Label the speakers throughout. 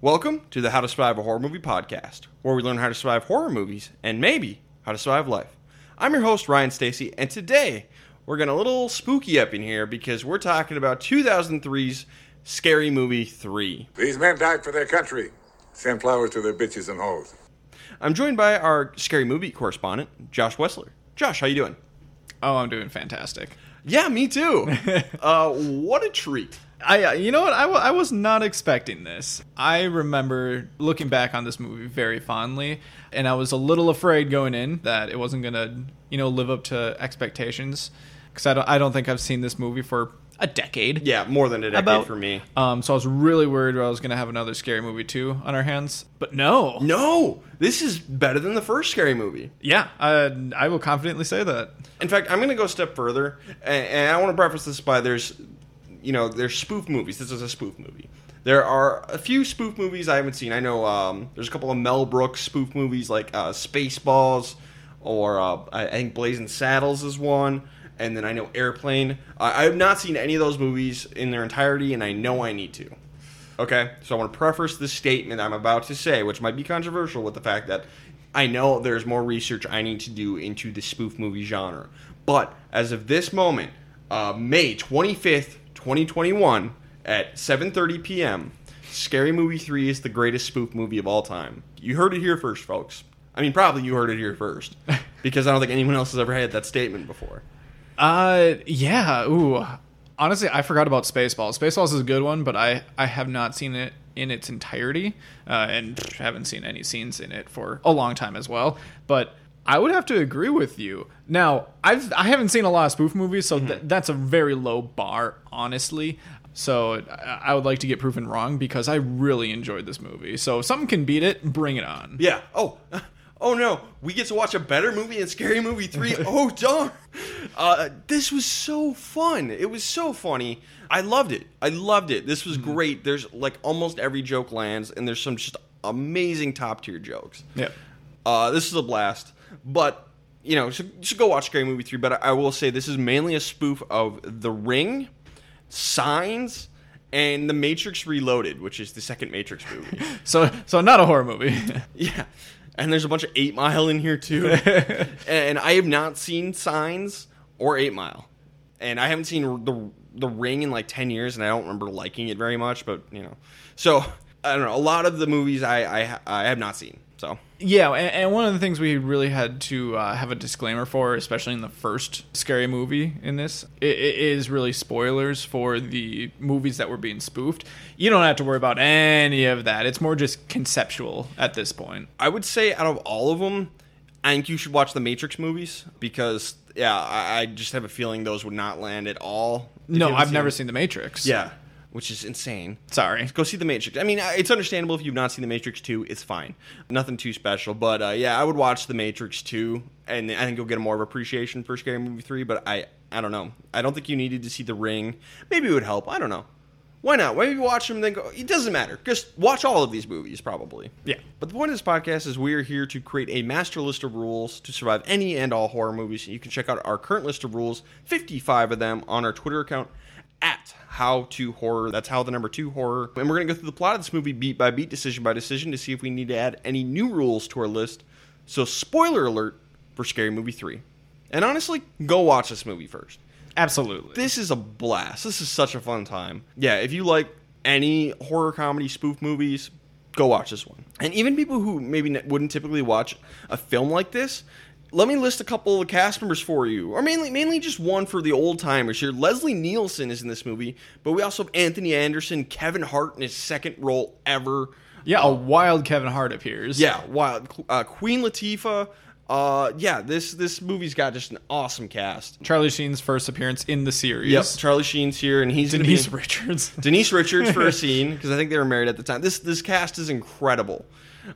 Speaker 1: Welcome to the How to Survive a Horror Movie podcast, where we learn how to survive horror movies and maybe how to survive life. I'm your host, Ryan Stacy, and today we're getting a little spooky up in here because we're talking about 2003's Scary Movie 3.
Speaker 2: These men died for their country. Send flowers to their bitches and hoes.
Speaker 1: I'm joined by our Scary Movie correspondent, Josh Wessler. Josh, how you doing?
Speaker 3: Oh, I'm doing fantastic.
Speaker 1: Yeah, me too. uh, what a treat.
Speaker 3: I, uh, you know what? I wa- I was not expecting this. I remember looking back on this movie very fondly, and I was a little afraid going in that it wasn't gonna, you know, live up to expectations, because I don't, I don't think I've seen this movie for a decade.
Speaker 1: Yeah, more than a decade
Speaker 3: About-
Speaker 1: for me.
Speaker 3: Um, so I was really worried I was gonna have another scary movie too on our hands, but no.
Speaker 1: No, this is better than the first Scary Movie.
Speaker 3: Yeah, I, I will confidently say that.
Speaker 1: In fact, I'm going to go a step further, and, and I want to preface this by there's, you know, there's spoof movies. This is a spoof movie. There are a few spoof movies I haven't seen. I know um, there's a couple of Mel Brooks spoof movies like uh, Spaceballs, or uh, I I think Blazing Saddles is one, and then I know Airplane. I, I have not seen any of those movies in their entirety, and I know I need to. Okay, so I want to preface this statement I'm about to say, which might be controversial, with the fact that I know there's more research I need to do into the spoof movie genre. But as of this moment, uh, May 25th, 2021, at 7:30 p.m., Scary Movie 3 is the greatest spoof movie of all time. You heard it here first, folks. I mean, probably you heard it here first, because I don't think anyone else has ever had that statement before.
Speaker 3: Uh, yeah. Ooh, honestly, I forgot about Spaceballs. Spaceballs is a good one, but I I have not seen it in its entirety, uh, and haven't seen any scenes in it for a long time as well. But I would have to agree with you. Now, I've I haven't seen a lot of spoof movies, so th- that's a very low bar, honestly. So I I would like to get proven wrong because I really enjoyed this movie. So if something can beat it, bring it on.
Speaker 1: Yeah. Oh. Oh no, we get to watch a better movie than Scary Movie 3. Oh darn. Uh, this was so fun. It was so funny. I loved it. I loved it. This was great. There's like almost every joke lands and there's some just amazing top tier jokes.
Speaker 3: Yep.
Speaker 1: Uh, this is a blast. But you know, so, so go watch Scary Movie three. But I, I will say this is mainly a spoof of The Ring, Signs, and The Matrix Reloaded, which is the second Matrix movie.
Speaker 3: So so not a horror movie.
Speaker 1: yeah, and there's a bunch of Eight Mile in here too. and I have not seen Signs or Eight Mile, and I haven't seen the the Ring in like ten years, and I don't remember liking it very much. But you know, so I don't know. A lot of the movies I I, I have not seen. So
Speaker 3: Yeah, and, and one of the things we really had to uh, have a disclaimer for, especially in the first scary movie in this, i i- is really spoilers for the movies that were being spoofed. You don't have to worry about any of that. It's more just conceptual at this point.
Speaker 1: I would say out of all of them, I think you should watch the Matrix movies because yeah, I, I just have a feeling those would not land at all. if you
Speaker 3: No,
Speaker 1: haven't
Speaker 3: I've never
Speaker 1: them.
Speaker 3: seen The Matrix.
Speaker 1: Yeah, which is insane.
Speaker 3: Sorry.
Speaker 1: Go see the Matrix. I mean, I- it's understandable if you've not seen the Matrix Two. It's fine. Nothing too special, but uh, yeah, I would watch the Matrix Two, and I think you'll get a more of appreciation for Scary Movie Three. But I, I don't know. I don't think you needed to see The Ring. Maybe it would help. I don't know. Why not? Maybe watch them, then go. It doesn't matter. Just watch all of these movies, probably.
Speaker 3: Yeah.
Speaker 1: But the point of this podcast is we are here to create a master list of rules to survive any and all horror movies. You can check out our current list of rules, 55 of them, on our Twitter account at how to horror. That's how the number two horror. And we're going to go through the plot of this movie beat by beat, decision by decision, to see if we need to add any new rules to our list. So, spoiler alert for Scary Movie 3. And honestly, go watch this movie first
Speaker 3: Absolutely.
Speaker 1: this is a blast. This is such a fun time. Yeah, if you like any horror comedy spoof movies, go watch this one. And even people who maybe n- wouldn't typically watch a film like this, let me list a couple of the cast members for you, or mainly mainly just one for the old timers here. Leslie Nielsen is in this movie, but we also have Anthony Anderson, Kevin Hart in his second role ever.
Speaker 3: yeah, a wild Kevin Hart appears.
Speaker 1: Yeah, wild. Uh, Queen Latifah. Uh, yeah, this this movie's got just an awesome cast.
Speaker 3: Charlie Sheen's first appearance in the series.
Speaker 1: Yep, Charlie Sheen's here, and he's gonna be-
Speaker 3: Denise Richards.
Speaker 1: Denise Richards for a scene because I think they were married at the time. This this cast is incredible,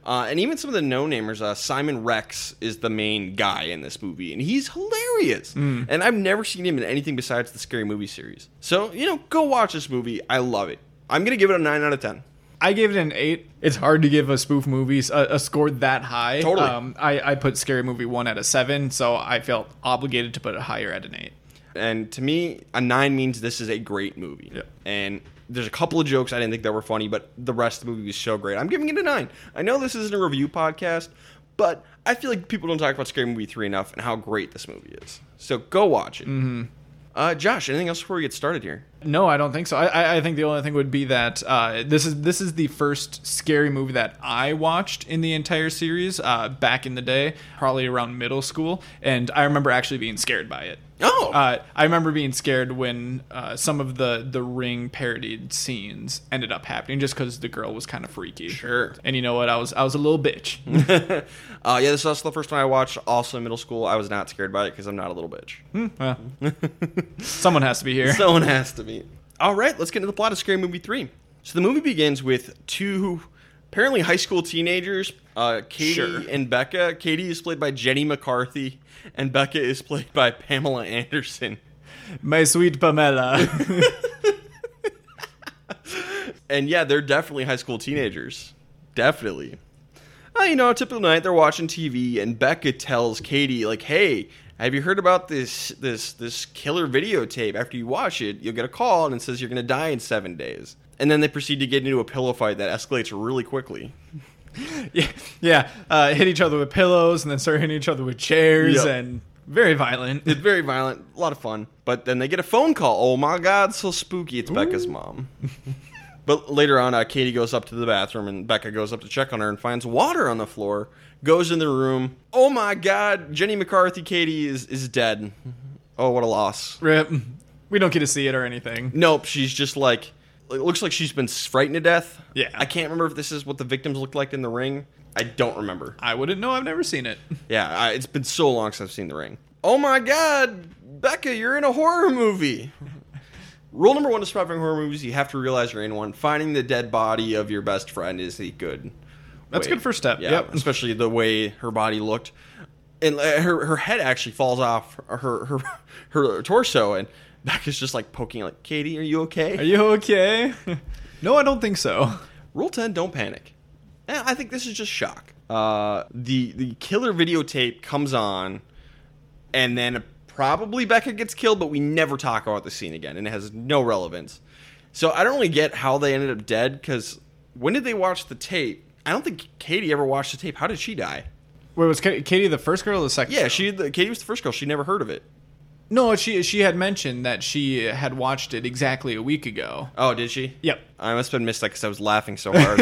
Speaker 1: uh, and even some of the no namers. Uh, Simon Rex is the main guy in this movie, and he's hilarious. And I've never seen him in anything besides the Scary Movie series. So you know, go watch this movie. I love it. I'm gonna give it a nine out of ten.
Speaker 3: I gave it an eight. It's hard to give a spoof movie s- a, a score that high.
Speaker 1: Totally.
Speaker 3: Um, I, I put Scary Movie one at a seven, so I felt obligated to put it higher at an eight.
Speaker 1: And to me, a nine means this is a great movie.
Speaker 3: Yeah.
Speaker 1: And there's a couple of jokes I didn't think that were funny, but the rest of the movie was so great. I'm giving it a nine. I know this isn't a review podcast, but I feel like people don't talk about Scary Movie 3 enough and how great this movie is. So go watch it. Mm-hmm. Uh, Josh, anything else before we get started here?
Speaker 3: No, I don't think so. I- I, I think the only thing would be that uh, this is this is the first scary movie that I watched in the entire series uh, back in the day, probably around middle school, and I remember actually being scared by it.
Speaker 1: Oh!
Speaker 3: Uh, I remember being scared when uh, some of the the Ring parodied scenes ended up happening, just because the girl was kind of freaky.
Speaker 1: Sure.
Speaker 3: And you know what? I was I was a little bitch.
Speaker 1: Uh, yeah, this is also the first one I watched. Also in middle school, I was not scared by it because I'm not a little bitch.
Speaker 3: Well, someone has to be here.
Speaker 1: Someone has to be. All right, let's get into the plot of Scary Movie 3. So the movie begins with two apparently high school teenagers, uh, Katie
Speaker 3: Sure.
Speaker 1: and Becca. Katie is played by Jenny McCarthy, and Becca is played by Pamela Anderson.
Speaker 3: My sweet Pamela.
Speaker 1: And yeah, they're definitely high school teenagers. Definitely. Uh, you know, typical night they're watching TV, and Becca tells Katie, like, "Hey, have you heard about this this this killer videotape? After you watch it, you'll get a call, and it says you're gonna die in seven days." And then they proceed to get into a pillow fight that escalates really quickly.
Speaker 3: yeah, yeah. Uh, hit each other with pillows and then start hitting each other with chairs
Speaker 1: Yep.
Speaker 3: and very violent.
Speaker 1: It's very violent, a lot of fun. But then they get a phone call. Oh my god, so spooky! It's Becca's mom. but later on, uh, Katie goes up to the bathroom, and Becca goes up to check on her and finds water on the floor. Goes in the room. Oh my god, Jenny McCarthy, Katie is is dead. Oh, what a loss.
Speaker 3: Rip. We don't get to see it or anything.
Speaker 1: Nope, she's just like it looks like she's been frightened to death.
Speaker 3: Yeah.
Speaker 1: I can't remember if this is what the victims looked like in the ring. I don't remember.
Speaker 3: I wouldn't know. I've never seen it.
Speaker 1: Yeah, I, it's been so long since I've seen The Ring. Oh my God, Becca, you're in a horror movie. Rule number one to surviving horror movies: you have to realize you're in one. Finding the dead body of your best friend is the good.
Speaker 3: That's a
Speaker 1: way.
Speaker 3: good first step.
Speaker 1: Yeah,
Speaker 3: Yep.
Speaker 1: especially the way her body looked, and uh, her her head actually falls off her her her torso, and Becca's just like poking, like, "Katie, are you okay?"
Speaker 3: Are you okay? no, I don't think so.
Speaker 1: Rule ten: Don't panic. Eh, I think this is just shock. Uh, the the killer videotape comes on, and then probably Becca gets killed, but we never talk about the scene again, and it has no relevance. So I don't really get how they ended up dead because when did they watch the tape? I don't think Katie ever watched the tape. How did she die?
Speaker 3: Wait, was Ka- Katie the first girl or the second?
Speaker 1: Yeah,
Speaker 3: girl?
Speaker 1: she the, Katie was the first girl. She never heard of it.
Speaker 3: No, she she had mentioned that she had watched it exactly a week ago.
Speaker 1: Oh, did she?
Speaker 3: Yep.
Speaker 1: I must have missed that because I was laughing so hard.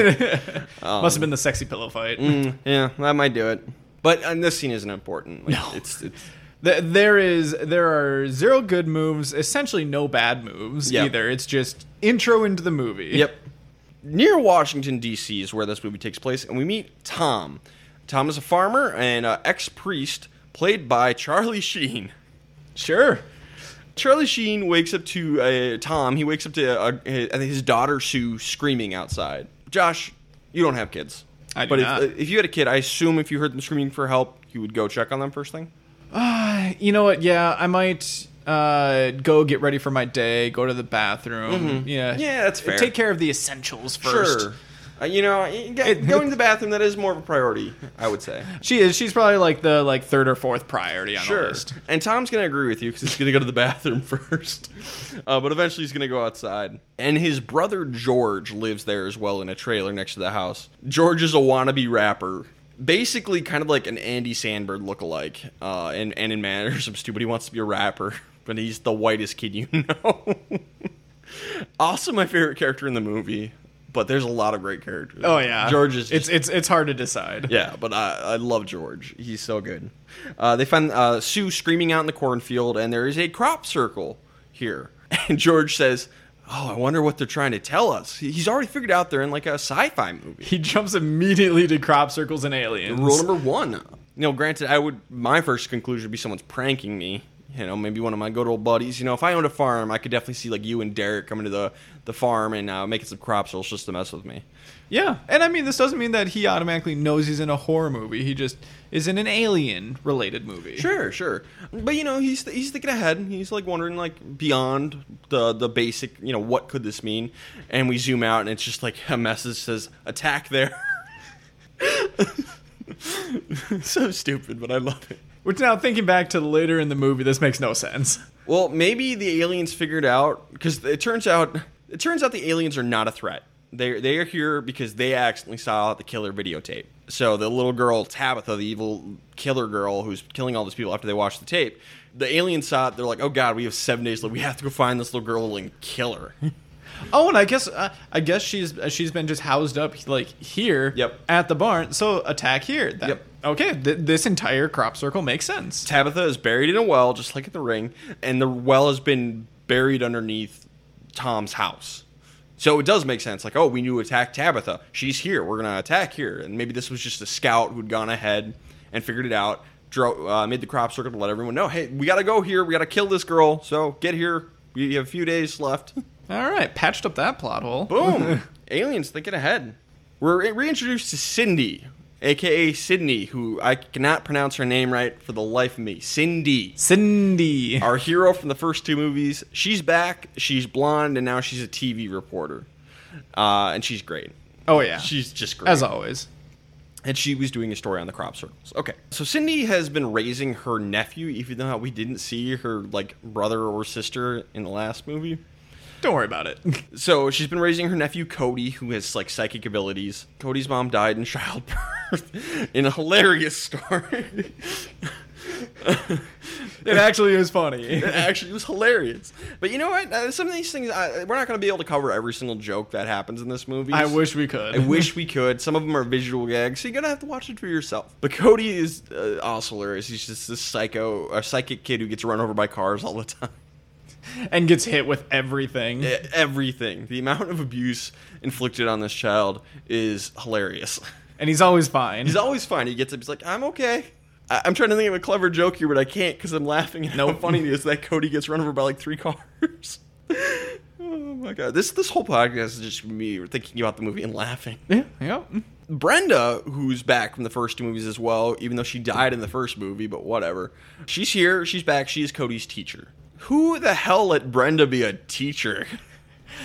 Speaker 3: Must have been the sexy pillow fight.
Speaker 1: Um, Mm, yeah, that might do it. But and this scene isn't important. Like, it's, it's
Speaker 3: Th- There is there are zero good moves, essentially no bad moves
Speaker 1: Yeah.
Speaker 3: either. It's just intro into the movie.
Speaker 1: Yep. Near Washington, D.C. is where this movie takes place, and we meet Tom. Tom is a farmer and uh, ex priest, played by Charlie Sheen.
Speaker 3: Sure.
Speaker 1: Charlie Sheen wakes up to uh, Tom. He wakes up to uh, his, I think his daughter Sue screaming outside. Josh, you don't have kids,
Speaker 3: I do
Speaker 1: but
Speaker 3: not.
Speaker 1: If, if you had a kid, I assume if you heard them screaming for help, you would go check on them first thing.
Speaker 3: You know what? Yeah, I might uh, go get ready for my day, go to the bathroom. Yeah.
Speaker 1: Mm-hmm. Yeah, that's fair.
Speaker 3: Take care of the essentials first.
Speaker 1: Sure. Uh, you know, y- y- going to the bathroom that is more of a priority, I would say.
Speaker 3: She is. She's probably like the like third or fourth priority on the
Speaker 1: Sure.
Speaker 3: list.
Speaker 1: And Tom's going to agree with you because he's going to go to the bathroom first. Uh, but eventually he's going to go outside. And his brother George lives there as well in a trailer next to the house. George is a wannabe rapper. Basically, kind of like an Andy Sandberg lookalike, uh, and and in manners, I'm stupid. He wants to be a rapper, but he's the whitest kid you know. also, my favorite character in the movie, but there's a lot of great characters.
Speaker 3: Oh yeah.
Speaker 1: George is
Speaker 3: It's it's it's hard to decide.
Speaker 1: yeah, but I, I love George. He's so good. Uh, they find uh, Sue screaming out in the cornfield, and there is a crop circle here. And George says, "Oh, I wonder what they're trying to tell us." He- He's already figured out they're in like a sci-fi movie.
Speaker 3: He jumps immediately to crop circles and aliens.
Speaker 1: Rule number one. You know, granted, I would my first conclusion would be someone's pranking me. you know, maybe one of my good old buddies. You know, if I owned a farm, I could definitely see like you and Derek coming to the the farm and uh, making some crops, or it's just to mess with me.
Speaker 3: Yeah, and I mean, this doesn't mean that he automatically knows he's in a horror movie. He just is in an alien related movie.
Speaker 1: Sure, sure. But you know, he's he's thinking ahead. He's like wondering like beyond the the basic. You know, what could this mean? And we zoom out, and it's just like a message says "attack there." so stupid, but I love it.
Speaker 3: Which now, thinking back to later in the movie, this makes no sense.
Speaker 1: Well, maybe the aliens figured out because it turns out it turns out the aliens are not a threat. They they are here because they accidentally saw the killer videotape. So the little girl Tabitha, the evil killer girl who's killing all these people after they watched the tape, the aliens saw it. They're like, "Oh God, we have seven days left. We have to go find this little girl and kill her."
Speaker 3: Oh, and I guess uh, I guess she's uh, she's been just housed up like here
Speaker 1: Yep.
Speaker 3: at the barn. So attack here. That-
Speaker 1: Yep.
Speaker 3: Okay, th- this entire crop circle makes sense.
Speaker 1: Tabitha is buried in a well, just like in the ring, and the well has been buried underneath Tom's house. So it does make sense. Like, oh, we knew to attack Tabitha. She's here. We're gonna attack here. And maybe this was just a scout who'd gone ahead and figured it out, dro- uh, made the crop circle to let everyone know, hey, we gotta go here. We gotta kill this girl. So get here. We have a few days left.
Speaker 3: All right, patched up that plot hole.
Speaker 1: Boom. Aliens thinking ahead. We're reintroduced to Cindy, aka Sydney, who I cannot pronounce her name right for the life of me. Cindy
Speaker 3: Cindy.
Speaker 1: our hero from the first two movies. She's back. She's blonde, and now she's a TV reporter, uh, and she's great.
Speaker 3: Oh yeah,
Speaker 1: She's just great.
Speaker 3: as always.
Speaker 1: and she was doing a story on the crop circles. Okay, so Cindy has been raising her nephew, even though we didn't see her like brother or sister in the last movie.
Speaker 3: Don't worry about it.
Speaker 1: So she's been raising her nephew Cody, who has like psychic abilities. Cody's mom died in childbirth in a hilarious story.
Speaker 3: it actually is funny.
Speaker 1: It actually was hilarious. But you know what? Uh, some of these things, I, we're not going to be able to cover every single joke that happens in this movie.
Speaker 3: I wish we could.
Speaker 1: I wish we could. Some of them are visual gags, so you're gonna have to watch it for yourself. But Cody is uh, also hilarious. He's just this psycho, a psychic kid who gets run over by cars all the time.
Speaker 3: and gets hit with everything.
Speaker 1: E- Everything. The amount of abuse inflicted on this child is hilarious.
Speaker 3: And he's always fine.
Speaker 1: He's always fine. He gets up. He's like, "I'm okay." I- I'm trying to think of a clever joke here, but I can't because I'm laughing at how
Speaker 3: Nope.
Speaker 1: funny it is that Cody gets run over by like three cars. oh my god! This this whole podcast is just me thinking about the movie and laughing.
Speaker 3: yeah, yep.
Speaker 1: Brenda, who's back from the first two movies as well, even though she died in the first movie, but whatever. She's here. She's back. She is Cody's teacher. Who the hell let Brenda be a teacher?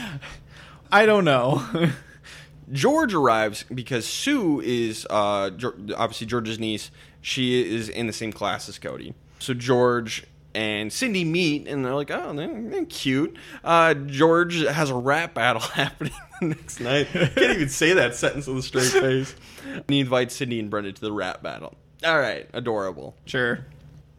Speaker 3: I don't know.
Speaker 1: George arrives because Sue is uh, Geor- obviously George's niece. She is in the same class as Cody. So George and Cindy meet, and they're like, "Oh, they're, they're cute." Uh, George has a rap battle happening the next night. Can't even say that sentence with a straight face. And he invites Cindy and Brenda to the rap battle. All right, adorable.
Speaker 3: sure.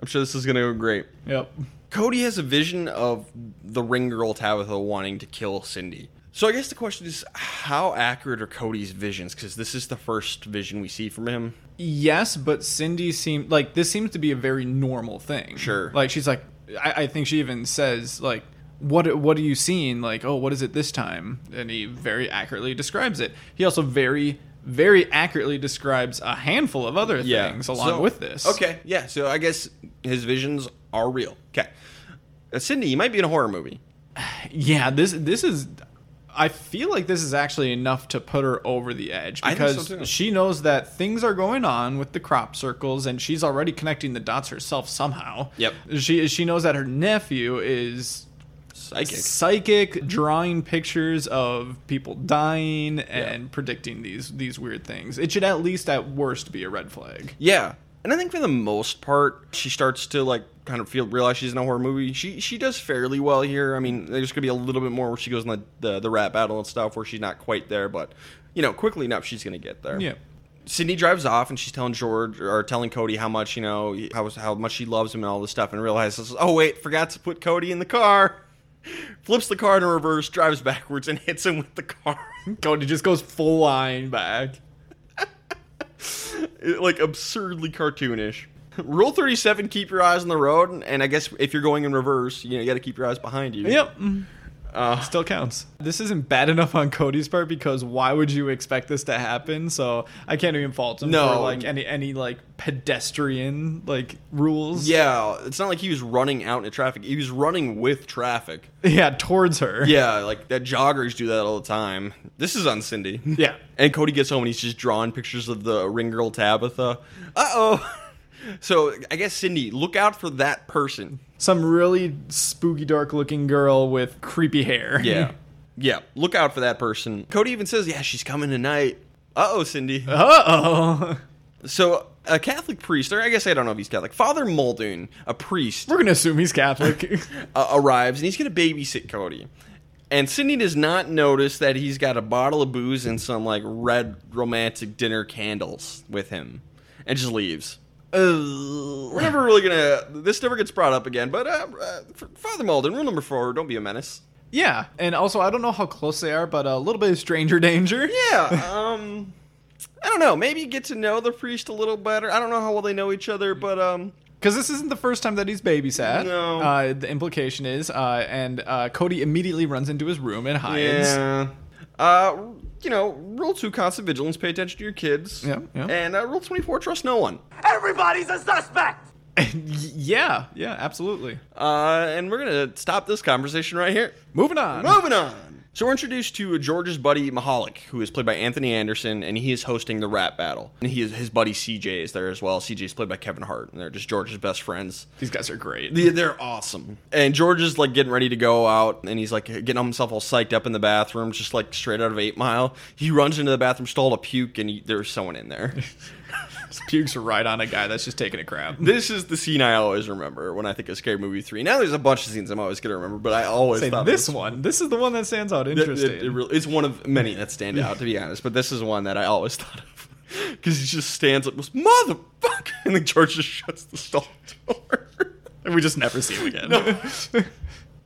Speaker 1: I'm sure this is gonna go great.
Speaker 3: Yep.
Speaker 1: Cody has a vision of the ring girl Tabitha wanting to kill Cindy. So I guess the question is, how accurate are Cody's visions? Because this is the first vision we see from him.
Speaker 3: Yes, but Cindy seemed like this seems to be a very normal thing.
Speaker 1: Sure.
Speaker 3: Like she's like, I, I think she even says like, what what are you seeing? Like, oh, what is it this time? And he very accurately describes it. He also very very accurately describes a handful of other things along
Speaker 1: So-
Speaker 3: with this.
Speaker 1: Okay, yeah. So I guess his visions are real. Okay, Uh, Cindy, you might be in a horror movie.
Speaker 3: Yeah, this this is. I feel like this is actually enough to put her over the edge
Speaker 1: I think so,
Speaker 3: because
Speaker 1: too.
Speaker 3: she knows that things are going on with the crop circles, and she's already connecting the dots herself somehow.
Speaker 1: Yep.
Speaker 3: She she knows that her nephew is
Speaker 1: Psychic. Mm-hmm.
Speaker 3: psychic, drawing pictures of people dying and predicting these these weird things. It should at least at worst be a red flag.
Speaker 1: Yeah. And I think for the most part, she starts to like kind of feel realize she's in a horror movie. She she does fairly well here. I mean, there's gonna be a little bit more where she goes in the the, the rap battle and stuff where she's not quite there, but you know, quickly enough she's gonna get there.
Speaker 3: Yeah.
Speaker 1: Sydney drives off and she's telling George or telling Cody how much you know how how much she loves him and all this stuff and realizes oh wait forgot to put Cody in the car, flips the car in reverse, drives backwards and hits him with the car.
Speaker 3: Cody just goes full line back.
Speaker 1: It- like absurdly cartoonish. Rule thirty seven: Keep your eyes on the road, and I guess if you're going in reverse, you know you got to keep your eyes behind you.
Speaker 3: Yep.
Speaker 1: Uh,
Speaker 3: Still counts. This isn't bad enough on Cody's part because why would you expect this to happen? So I can't even fault him
Speaker 1: No.
Speaker 3: for like any any like pedestrian like rules.
Speaker 1: yeah, it's not like he was running out in traffic. He was running with traffic.
Speaker 3: yeah, towards her.
Speaker 1: Yeah, like that joggers do that all the time. This is on Cindy.
Speaker 3: yeah.
Speaker 1: And Cody gets home and he's just drawing pictures of the ring girl Tabitha. Uh oh. So I guess Cindy, look out for that person.
Speaker 3: Some really spooky dark looking girl with creepy hair.
Speaker 1: Yeah. Yeah. Look out for that person. Cody even says, Yeah, she's coming tonight. Uh oh, Cindy.
Speaker 3: uh oh.
Speaker 1: So a Catholic priest, or I guess I don't know if he's Catholic, Father Muldoon, a priest,
Speaker 3: We're gonna assume he's Catholic.
Speaker 1: uh, arrives and he's going to babysit Cody. And Cindy does not notice that he's got a bottle of booze and some like red romantic dinner candles with him and just leaves. We're never really gonna. This never gets brought up again. But uh, uh, F- Father Malden, rule number four: don't be a menace.
Speaker 3: yeah. And also I don't know how close they are, but a little bit of stranger danger.
Speaker 1: Yeah. Um. I don't know. Maybe get to know the priest a little better. I don't know how well they know each other, but um.
Speaker 3: Because this isn't the first time that he's babysat.
Speaker 1: No.
Speaker 3: Uh, the implication is, uh, and uh, Cody immediately runs into his room and hides.
Speaker 1: Yeah. Uh. You know, rule two: constant vigilance. Pay attention to your kids.
Speaker 3: Yeah, yeah.
Speaker 1: And uh, rule twenty-four: trust no one.
Speaker 4: Everybody's a suspect!
Speaker 3: Yeah, yeah, absolutely.
Speaker 1: Uh. And we're gonna stop this conversation right here.
Speaker 3: Moving on.
Speaker 1: Moving on. So we're introduced to George's buddy Mahalik, who is played by Anthony Anderson, and he is hosting the rap battle. And he is, his buddy CJ is there as well. CJ is played by Kevin Hart, and they're just George's best friends.
Speaker 3: These guys are great.
Speaker 1: They- They're awesome. And George is like getting ready to go out, and he's like getting himself all psyched up in the bathroom, just like straight out of Eight Mile. He runs into the bathroom stall to puke, and he, there's someone in there.
Speaker 3: These pukes are right on a guy that's just taking a crap.
Speaker 1: this is the scene I always remember when I think of Scary Movie three. Now there's a bunch of scenes I'm always gonna remember, but I always
Speaker 3: Say
Speaker 1: thought
Speaker 3: this one. This is the one that stands out.
Speaker 1: It- it-
Speaker 3: Interesting.
Speaker 1: it really- it's one of many that stand out, to be honest. But this is one that I always thought of because he just stands up, goes, "Motherfucker!" and then George just shuts the stall door.
Speaker 3: and we just never see him again.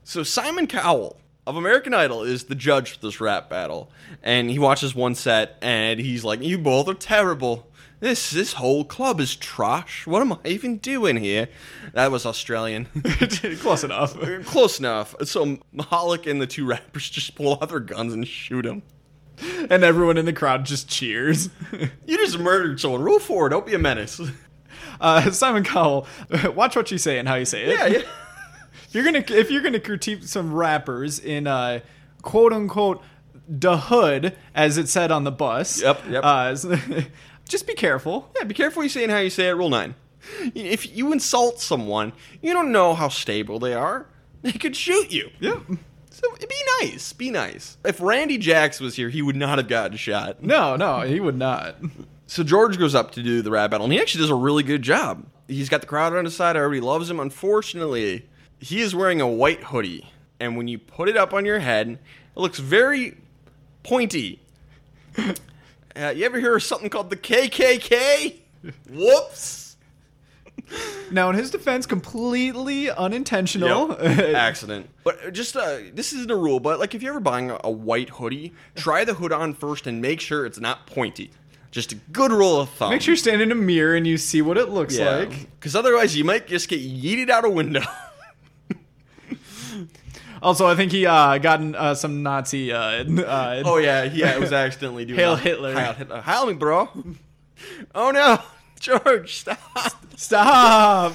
Speaker 1: so Simon Cowell of American Idol is the judge for this rap battle, and he watches one set and he's like, "You both are terrible." This this whole club is trash. What am I even doing here? That was Australian.
Speaker 3: Close enough.
Speaker 1: Close enough. So Mahalik and the two rappers just pull out their guns and shoot him.
Speaker 3: And everyone in the crowd just cheers.
Speaker 1: You just murdered someone. Rule four, don't be a menace.
Speaker 3: Uh, Simon Cowell, watch what you say and how you say it.
Speaker 1: yeah, yeah.
Speaker 3: you're gonna if you're gonna critique some rappers in uh quote unquote the hood as it said on the bus
Speaker 1: Yep, yep.
Speaker 3: uh, s- just be careful
Speaker 1: Yeah, be careful you saying how you say it. Rule nine. If you insult someone, you don't know how stable they are. They could shoot you.
Speaker 3: yeah
Speaker 1: So be nice. Be nice. If Randy Jax was here, he would not have gotten shot.
Speaker 3: no no he would not
Speaker 1: So George goes up to do the rap battle, and he actually does a really good job. He's got the crowd on his side. Everybody loves him. Unfortunately, he is wearing a white hoodie, and when you put it up on your head, it looks very pointy. Uh, you ever hear of something called the KKK? Whoops.
Speaker 3: now in his defense completely unintentional
Speaker 1: Accident. But just uh, this isn't a rule, but like if you're ever buying a, a white hoodie, try the hood on first and make sure it's not pointy. Just a good rule of thumb.
Speaker 3: make sure you stand in a mirror and you see what it looks like
Speaker 1: because otherwise you might just get yeeted out a window.
Speaker 3: also i think he uh gotten uh, some nazi uh, uh
Speaker 1: oh yeah, yeah, it was accidentally doing.
Speaker 3: Hail
Speaker 1: that.
Speaker 3: Hitler.
Speaker 1: Hail Hitler! Hail me, bro! Oh no, George, stop!
Speaker 3: stop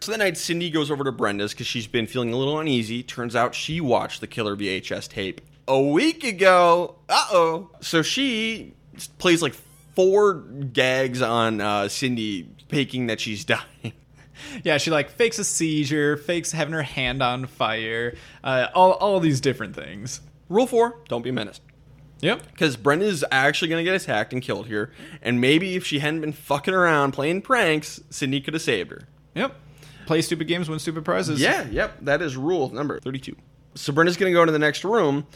Speaker 1: So that night, Cindy goes over to Brenda's because she's been feeling a little uneasy. Turns out she watched the killer VHS tape a week ago. Uh oh. So she plays like four gags on uh, Cindy, faking that she's dying.
Speaker 3: yeah she like fakes a seizure fakes having her hand on fire uh all, all these different things
Speaker 1: Rule four: don't be a menace.
Speaker 3: yep
Speaker 1: Because Brenda's actually going to get attacked and killed here. And maybe if she hadn't been fucking around playing pranks, Sydney could have saved her.
Speaker 3: Yep. Play stupid games, win stupid prizes.
Speaker 1: Yeah, yep. That is rule number 32. So Brenda's going to go into the next room,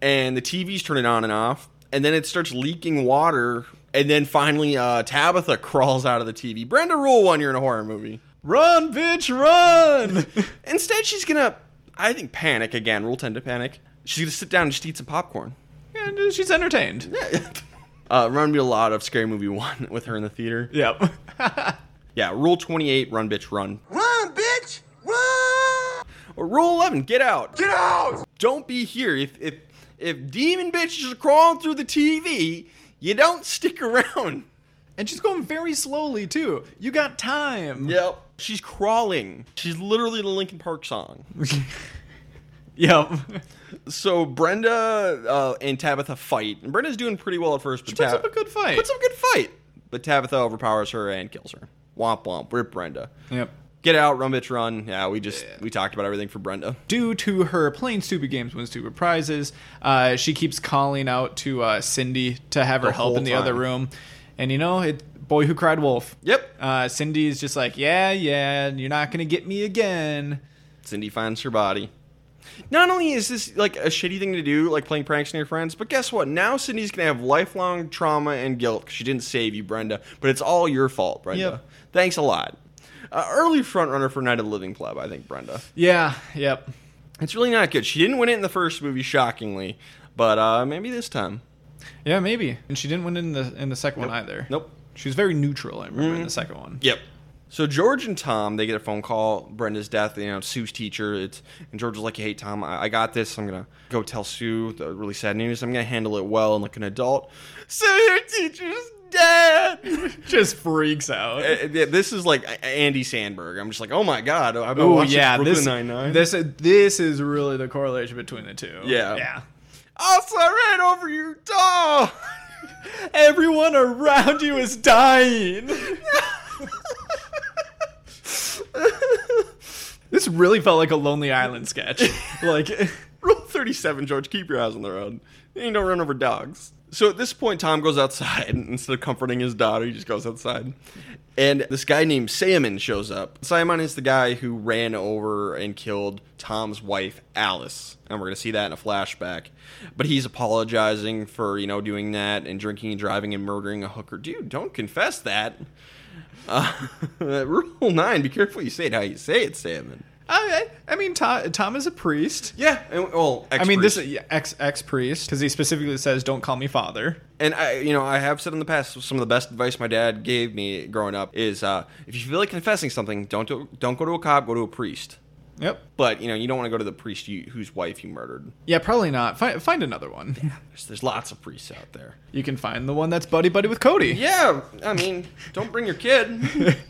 Speaker 1: and the TV's turning on and off. And then it starts leaking water. And then finally, uh, Tabitha crawls out of the TV. Brenda, rule one, you're in a horror movie.
Speaker 3: Run, bitch, run!
Speaker 1: Instead, she's going to, I think, panic again. Rule 10 to panic. She's going to sit down and just eat some popcorn.
Speaker 3: and she's entertained.
Speaker 1: Uh, reminded me a lot of Scary Movie 1 with her in the theater.
Speaker 3: Yep.
Speaker 1: Yeah, rule 28, run, bitch, run.
Speaker 4: Run, bitch! Run!
Speaker 1: Or rule eleven, get out.
Speaker 2: Get out!
Speaker 1: Don't be here. If if if demon bitches are crawling through the TV, you don't stick around.
Speaker 3: And she's going very slowly too. You got time.
Speaker 1: Yep. She's crawling. She's literally the Linkin Park song.
Speaker 3: Yep.
Speaker 1: So Brenda uh, and Tabitha fight, and Brenda's doing pretty well at first. But she
Speaker 3: puts up a good fight.
Speaker 1: Puts up a good fight, but Tabitha overpowers her and kills her. Womp womp. Rip Brenda.
Speaker 3: yep.
Speaker 1: Get out, run bitch, run. Yeah, we just we talked about everything for Brenda.
Speaker 3: Due to her playing stupid games, wins stupid prizes, uh, she keeps calling out to uh, Cindy to have her
Speaker 1: The
Speaker 3: help
Speaker 1: whole
Speaker 3: in the other
Speaker 1: time.
Speaker 3: room. And you know, it boy who cried wolf.
Speaker 1: Yep.
Speaker 3: Uh, Cindy's just like, yeah, yeah, you're not gonna get me again.
Speaker 1: Cindy finds her body. Not only is this like a shitty thing to do, like playing pranks on your friends, but guess what? Now Cindy's gonna have lifelong trauma and guilt because she didn't save you, Brenda. But it's all your fault, Brenda.
Speaker 3: Yep.
Speaker 1: Thanks a lot. Uh, early frontrunner for Night of the Living Club, I think, Brenda.
Speaker 3: Yeah. Yep.
Speaker 1: It's really not good. She didn't win it in the first movie, shockingly, but uh, maybe this time.
Speaker 3: Yeah, maybe. And she didn't win in the in the second one either.
Speaker 1: Nope. Mm.
Speaker 3: She was very neutral. I remember in the second one.
Speaker 1: Yep. So George and Tom, they get a phone call. Brenda's death. You know, Sue's teacher. It's and George is like, "Hey Tom, I, I got this. I'm gonna go tell Sue the really sad news. I'm gonna handle it well and like an adult." So your teacher's dead.
Speaker 3: Just freaks out.
Speaker 1: Uh, yeah, this is like A- Andy Sandberg. I'm just like, oh my god. I've been
Speaker 3: Oh
Speaker 1: watching
Speaker 3: yeah,
Speaker 1: Brooklyn
Speaker 3: this
Speaker 1: Nine Nine.
Speaker 3: this this is really the correlation between the two.
Speaker 1: Yeah.
Speaker 3: yeah.
Speaker 1: also, I ran over your dog.
Speaker 3: Everyone around you is dying. this really felt like a Lonely Island sketch. Like,
Speaker 1: Rule 37, George, keep your eyes on the road. You don't run over dogs. So at this point, Tom goes outside. and Instead of comforting his daughter, he just goes outside. And this guy named Salmon shows up. Simon is the guy who ran over and killed Tom's wife, Alice. And we're going to see that in a flashback. But he's apologizing for, you know, doing that and drinking and driving and murdering a hooker. Dude, don't confess that. Uh, rule 9, be careful you say it how you say it, Salmon.
Speaker 3: I, I I mean, Tom, Tom is a priest.
Speaker 1: Yeah, and, well,
Speaker 3: I mean, this
Speaker 1: experts.
Speaker 3: is yeah, ex ex priest because he specifically says, "Don't call me father."
Speaker 1: And I, you know, I have said in the past some of the best advice my dad gave me growing up is uh, if you feel like confessing something, don't do, don't go to a cop, go to a priest.
Speaker 3: Yep.
Speaker 1: But you know, you don't want to go to the priest you, whose wife you murdered.
Speaker 3: Yeah, probably not. Find find another one.
Speaker 1: There's, there's lots of priests out there.
Speaker 3: You can find the one that's buddy buddy with Cody.
Speaker 1: Yeah, I mean, don't bring your kid.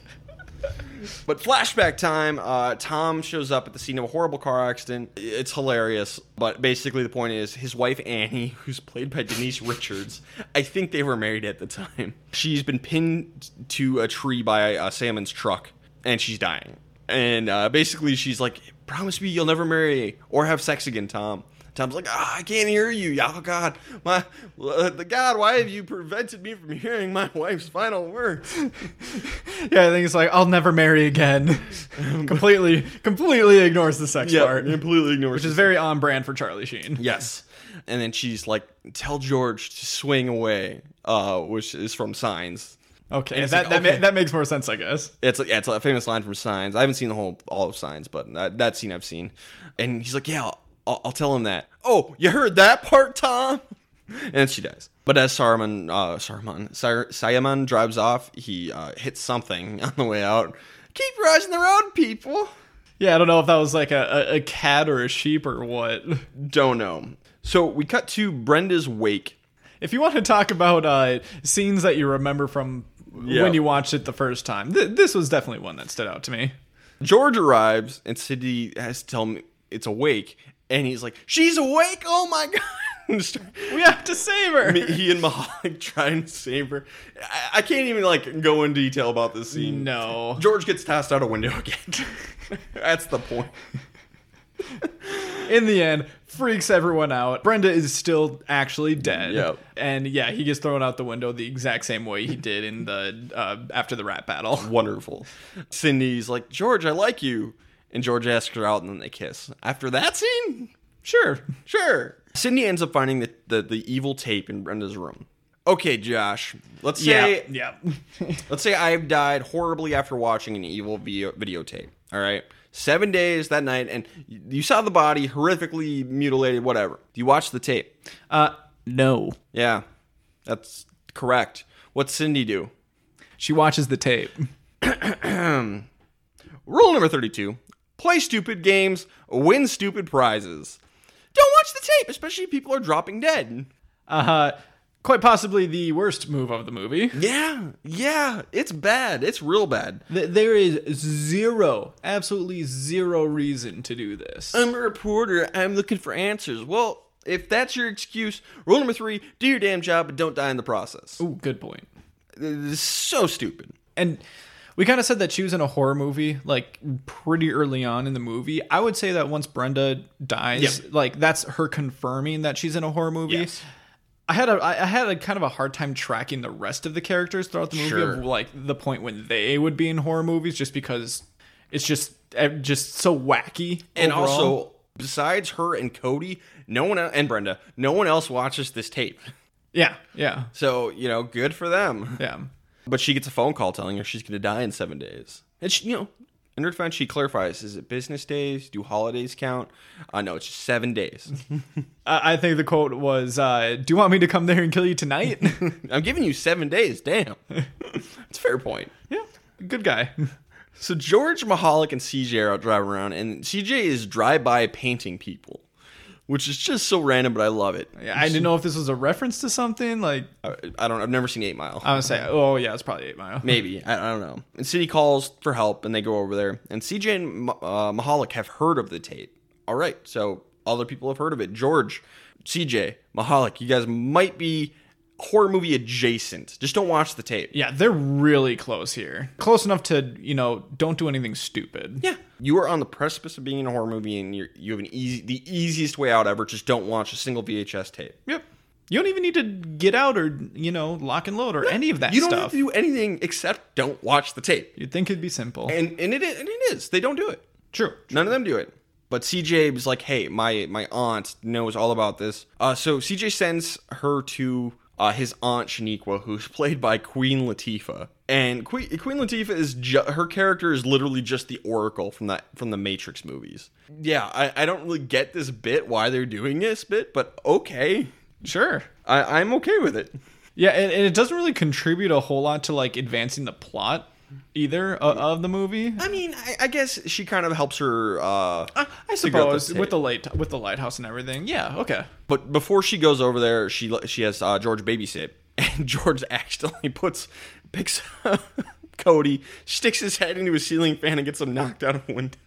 Speaker 1: but flashback time. Uh, Tom shows up at the scene of a horrible car accident. It's hilarious, but basically the point is his wife Annie, who's played by Denise Richards. I think they were married at the time. She's been pinned to a tree by uh, Salmon's truck, and she's dying. And uh, basically, she's like, "Promise me you'll never marry or have sex again, Tom." Tom's like, "Ah, I can't hear you. Oh God, my uh, the God, why have you prevented me from hearing my wife's final words?"
Speaker 3: Yeah, I think it's like I'll never marry again. completely, completely ignores the sex part,
Speaker 1: completely ignores.
Speaker 3: which is very on brand for Charlie Sheen.
Speaker 1: Yes. And then she's like, tell George to swing away, uh, which is from Signs.
Speaker 3: Okay,
Speaker 1: it's
Speaker 3: that
Speaker 1: like,
Speaker 3: that, ma-
Speaker 1: okay.
Speaker 3: that makes more sense, I guess.
Speaker 1: It's yeah, it's a famous line from Signs. I haven't seen the whole all of Signs, but that, that scene I've seen. And he's like, yeah, I'll, I'll tell him that. Oh, you heard that part, Tom? And she dies. But as Saruman, uh, Saruman, Sar- Sayaman drives off, he uh, hits something on the way out. Keep your eyes on the road, people.
Speaker 3: Yeah, I don't know if that was like a, a, a cat or a sheep or what.
Speaker 1: Don't know. So we cut to Brenda's wake.
Speaker 3: If you want to talk about uh, scenes that you remember from
Speaker 1: Yeah.
Speaker 3: when you watched it the first time, th- this was definitely one that stood out to me.
Speaker 1: George arrives and Cindy has to tell him it's awake, and he's like, "She's awake! Oh my god!" And start-
Speaker 3: We have to save her.
Speaker 1: he and Mahalik try and save her. I, I can't even like go in detail about this scene.
Speaker 3: No.
Speaker 1: George gets tossed out a window again. That's the point.
Speaker 3: In the end, freaks everyone out. Brenda is still actually dead.
Speaker 1: Yep.
Speaker 3: And yeah, he gets thrown out the window the exact same way he did in the uh, after the rat battle.
Speaker 1: Wonderful. Cindy's like, "George, I like you," and George asks her out, and then they kiss. After that scene,
Speaker 3: Sure.
Speaker 1: sure. Cindy ends up finding the, the, the evil tape in Brenda's room. Okay, Josh. Let's say
Speaker 3: Yeah. Yeah.
Speaker 1: Let's say I've died horribly after watching an evil video videotape. All right, seven days that night, and y- you saw the body horrifically mutilated. Whatever. Do you watch the tape?
Speaker 3: uh, no.
Speaker 1: Yeah, that's correct. What's Cindy do?
Speaker 3: She watches the tape.
Speaker 1: Rule number thirty-two: play stupid games, win stupid prizes. Don't watch the tape, especially if people are dropping dead.
Speaker 3: Uh, quite possibly the worst move of the movie.
Speaker 1: Yeah, yeah, it's bad. It's real bad.
Speaker 3: Th- There is zero, absolutely zero reason to do this.
Speaker 1: I'm a reporter. I'm looking for answers. Well, if that's your excuse, rule number three: do your damn job, but don't die in the process.
Speaker 3: Ooh, good point.
Speaker 1: This is so stupid.
Speaker 3: And we kind of said that she was in a horror movie, like pretty early on in the movie. I would say that once Brenda dies,
Speaker 1: Yep.
Speaker 3: like that's her confirming that she's in a horror movie.
Speaker 1: Yes.
Speaker 3: I had a I I had a kind of a hard time tracking the rest of the characters throughout the movie
Speaker 1: Sure.
Speaker 3: of like the point when they would be in horror movies just because it's just eh, just so wacky
Speaker 1: And
Speaker 3: overall.
Speaker 1: also, besides her and Cody, no one el- and Brenda, no one else watches this tape.
Speaker 3: yeah yeah
Speaker 1: So you know, good for them.
Speaker 3: yeah
Speaker 1: But she gets a phone call telling her she's going to die in seven days. And she, you know, in her defense, she clarifies: is it business days? Do holidays count? Uh, no, it's just seven days.
Speaker 3: I I think the quote was, uh, "Do you want me to come there and kill you tonight?"
Speaker 1: I'm giving you seven days. Damn, it's a fair point.
Speaker 3: yeah, good guy.
Speaker 1: So George Mahalik and CJ are out driving around, and CJ is drive-by painting people, which is just so random, but I love it.
Speaker 3: Yeah, I didn't know if this was a reference to something. Like
Speaker 1: I, I don't. I've never seen Eight Mile.
Speaker 3: I would say, "Oh yeah, it's probably Eight Mile."
Speaker 1: Maybe I, I don't know. And City calls for help, and they go over there. And CJ and Ma- uh, Mahalik have heard of the tape. All right, so other people have heard of it. George, CJ, Mahalik, you guys might be horror movie adjacent. Just don't watch the tape.
Speaker 3: Yeah, they're really close here, close enough to you know, don't do anything stupid.
Speaker 1: Yeah, you are on the precipice of being in a horror movie, and you're, you have an easy, the easiest way out ever. Just don't watch a single VHS tape.
Speaker 3: Yep. You don't even need to get out or you know, lock and load or any of that
Speaker 1: You don't have
Speaker 3: stuff.
Speaker 1: to do anything except don't watch the tape.
Speaker 3: You'd think it'd be simple.
Speaker 1: And and it i- and it is. They don't do it.
Speaker 3: true.
Speaker 1: None of them do it. But CJ was like, "Hey, my my aunt knows all about this." Uh, so CJ sends her to uh, his aunt Shaniqua, who's played by Queen Latifah. And Queen, Queen Latifah is ju- her character is literally just the Oracle from that from the Matrix movies. Yeah, I, I don't really get this bit why they're doing this bit, but okay,
Speaker 3: Sure.
Speaker 1: I, I'm okay with it.
Speaker 3: Yeah, and, and it doesn't really contribute a whole lot to like advancing the plot either of, of the movie.
Speaker 1: I mean, I, I guess she kind of helps her. Uh,
Speaker 3: I
Speaker 1: figure out
Speaker 3: suppose
Speaker 1: tape.
Speaker 3: with the light with the lighthouse and everything. Yeah, okay.
Speaker 1: But before she goes over there, she she has uh, George babysit, and George accidentally puts picks up Cody, sticks his head into his ceiling fan, and gets him knocked out of a window.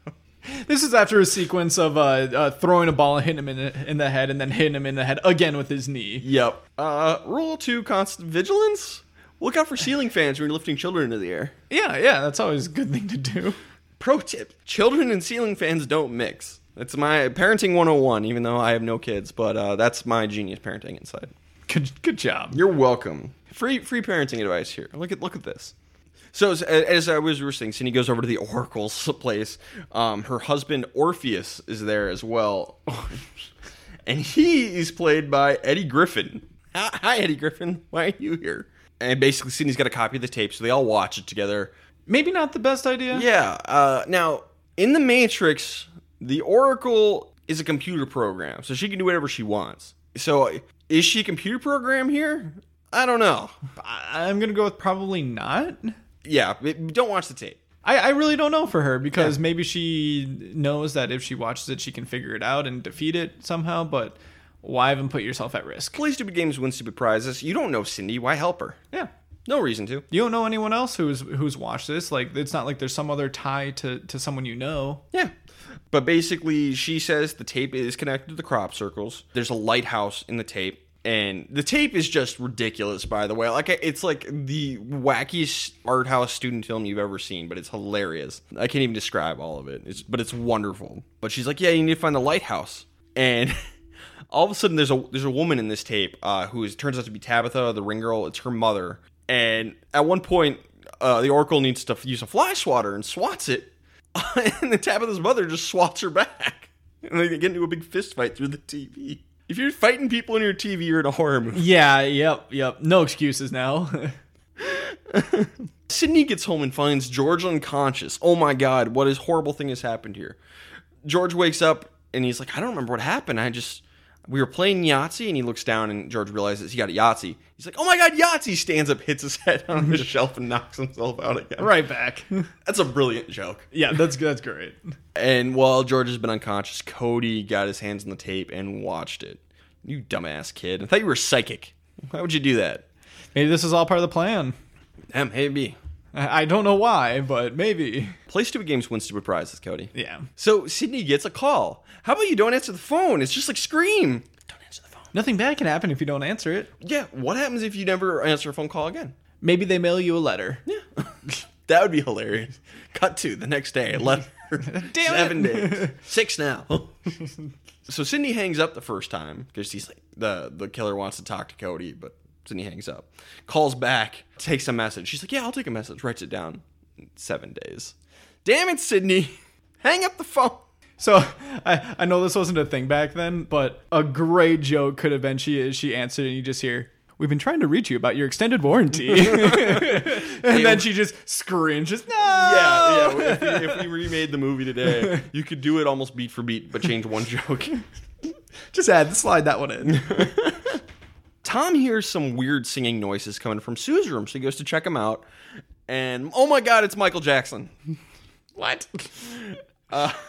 Speaker 3: This is after a sequence of uh, uh, throwing a ball and hitting him in the, in the head, and then hitting him in the head again with his knee.
Speaker 1: Yep. Uh, rule two: constant vigilance. Look out for ceiling fans when you're lifting children into the air.
Speaker 3: Yeah, yeah, that's always a good thing to do.
Speaker 1: Pro tip: children and ceiling fans don't mix. That's my parenting 101. Even though I have no kids, but uh, that's my genius parenting insight.
Speaker 3: Good, good job.
Speaker 1: You're welcome. Free free parenting advice here. Look at look at this. So as, as I was saying, Cindy goes over to the Oracle's place. Um, her husband Orpheus is there as well, and he is played by Eddie Griffin. Hi, hi, Eddie Griffin. Why are you here? And basically, Cindy's got a copy of the tape, so they all watch it together.
Speaker 3: Maybe not the best idea.
Speaker 1: Yeah. Uh, now, in the Matrix, the Oracle is a computer program, so she can do whatever she wants. So, is she a computer program here? I don't know.
Speaker 3: I, I'm gonna go with probably not.
Speaker 1: Yeah, but don't watch the tape.
Speaker 3: I, I really don't know for her because maybe she knows that if she watches it, she can figure it out and defeat it somehow. But why even put yourself at risk?
Speaker 1: Play stupid games, win stupid prizes. You don't know Cindy. Why help her?
Speaker 3: Yeah,
Speaker 1: No reason to.
Speaker 3: you don't know anyone else who's who's watched this. Like, it's not like there's some other tie to to someone you know.
Speaker 1: Yeah. But basically, she says the tape is connected to the crop circles. There's a lighthouse in the tape. And the tape is just ridiculous, by the way. Like it's like the wackiest art house student film you've ever seen, but it's hilarious. I can't even describe all of it. It's but it's wonderful. But she's like, yeah, you need to find the lighthouse. And all of a sudden, there's a there's a woman in this tape uh, who is, turns out to be Tabitha, the ring girl. It's her mother. And at one point, uh, the Oracle needs to use a fly swatter and swats it and the tap of his mother just swats her back. And they get into a big fist fight through the TV. If you're fighting people in your TV, you're in a horror movie.
Speaker 3: Yeah. Yep. Yep. No excuses now.
Speaker 1: Sydney gets home and finds George unconscious. Oh my god, what is horrible thing has happened here? George wakes up and he's like, I don't remember what happened. I just we were playing Yahtzee, and he looks down, and George realizes he got a Yahtzee. He's like, "Oh my god, Yahtzee!" Stands up, hits his head on the shelf, and knocks himself out again.
Speaker 3: Right back.
Speaker 1: That's a brilliant joke.
Speaker 3: yeah, that's that's great.
Speaker 1: And while George has been unconscious, Cody got his hands on the tape and watched it. You dumbass kid! I thought you were psychic. Why would you do that?
Speaker 3: Maybe this is all part of the plan.
Speaker 1: M A B.
Speaker 3: I I don't know why, but maybe.
Speaker 1: Play stupid games, win stupid prizes, Cody.
Speaker 3: Yeah.
Speaker 1: So Sydney gets a call. How about you don't answer the phone? It's just like scream. Don't answer the phone.
Speaker 3: Nothing bad can happen if you don't answer it.
Speaker 1: Yeah. What happens if you never answer a phone call again?
Speaker 3: Maybe they mail you a letter.
Speaker 1: Yeah. that would be hilarious. Cut to the next day. Letter.
Speaker 3: Damn
Speaker 1: Seven
Speaker 3: it.
Speaker 1: days. Six now. so Cindy hangs up the first time because he's like the the killer wants to talk to Cody, but Cindy hangs up. Calls back, takes a message. She's like, "Yeah, I'll take a message." Writes it down. Seven days. Damn it, Sydney. Hang up the phone.
Speaker 3: So I, I know this wasn't a thing back then, but a great joke could have been she she answered and you just hear, We've been trying to reach you about your extended warranty. and then she just screams, just no.
Speaker 1: Yeah, yeah. If we, if we remade the movie today, you could do it almost beat for beat, but change one joke.
Speaker 3: Just add slide that one in.
Speaker 1: Tom hears some weird singing noises coming from Sue's room, so he goes to check him out. And oh my god, it's Michael Jackson. Uh,
Speaker 3: what?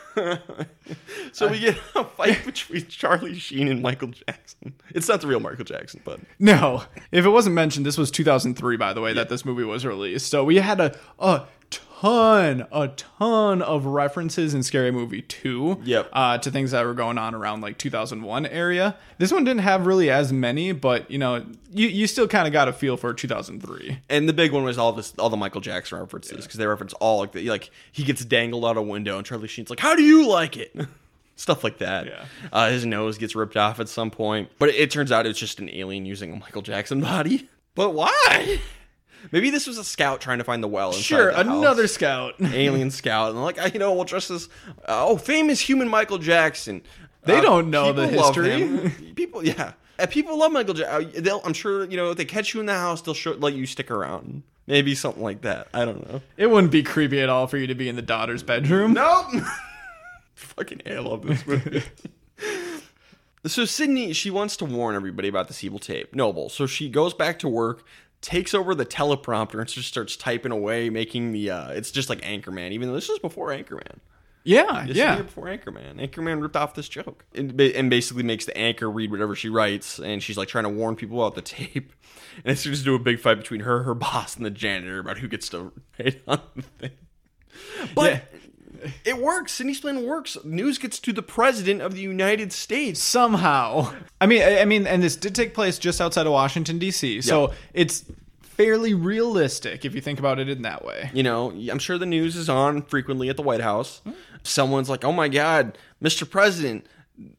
Speaker 1: So we get a fight between Charlie Sheen and Michael Jackson. It's not the real Michael Jackson, but
Speaker 3: No. If it wasn't mentioned, this was 2003, by the way, that this movie was released. So we had a, a ton, a ton of references in Scary Movie 2
Speaker 1: Yep.
Speaker 3: uh, to things that were going on around like 2001 area. This one didn't have really as many, but you know, you, you still kind of got a feel for 2003.
Speaker 1: and the big one was all this, all the Michael Jackson references because they reference all like the, like he gets dangled out a window, and Charlie Sheen's like, "How do you like it?" Stuff like that.
Speaker 3: Yeah.
Speaker 1: Uh, his nose gets ripped off at some point, but it, it turns out it's just an alien using a Michael Jackson body. But why? Maybe this was a scout trying to find the well. Inside
Speaker 3: Sure,
Speaker 1: the house.
Speaker 3: another scout.
Speaker 1: alien scout and like "Ah, you know we'll dress as uh, oh famous human Michael Jackson. Uh,
Speaker 3: They don't know the
Speaker 1: people love
Speaker 3: history.
Speaker 1: him. people, yeah, Uh, people love Michael Jackson. They'll, I'm sure you know if they catch you in the house, they'll show, let you stick around. Maybe something like that. I don't know.
Speaker 3: It wouldn't be creepy at all for you to be in the daughter's bedroom.
Speaker 1: Nope. Fucking hell, I love this movie. so Sydney, she wants to warn everybody about this evil tape, Noble. So she goes back to work, takes over the teleprompter, and just starts typing away, making the. Uh, it's just like Anchorman, even though this was before Anchorman.
Speaker 3: Yeah,
Speaker 1: This yeah.
Speaker 3: yeah.
Speaker 1: before Anchorman. Anchorman ripped off this joke and, ba- and basically makes the anchor read whatever she writes, and she's like trying to warn people about the tape. And it's just do a big fight between her, her boss, and the janitor about who gets to write on the thing. But it works. Cindy's plan works. News gets to the president of the United States.
Speaker 3: somehow. I mean, I I mean, and this did take place just outside of Washington D.C., so
Speaker 1: Yeah.
Speaker 3: it's fairly realistic if you think about it in that way.
Speaker 1: You know, I'm sure the news is on frequently at the White House. Someone's like, "Oh my God, Mr. President,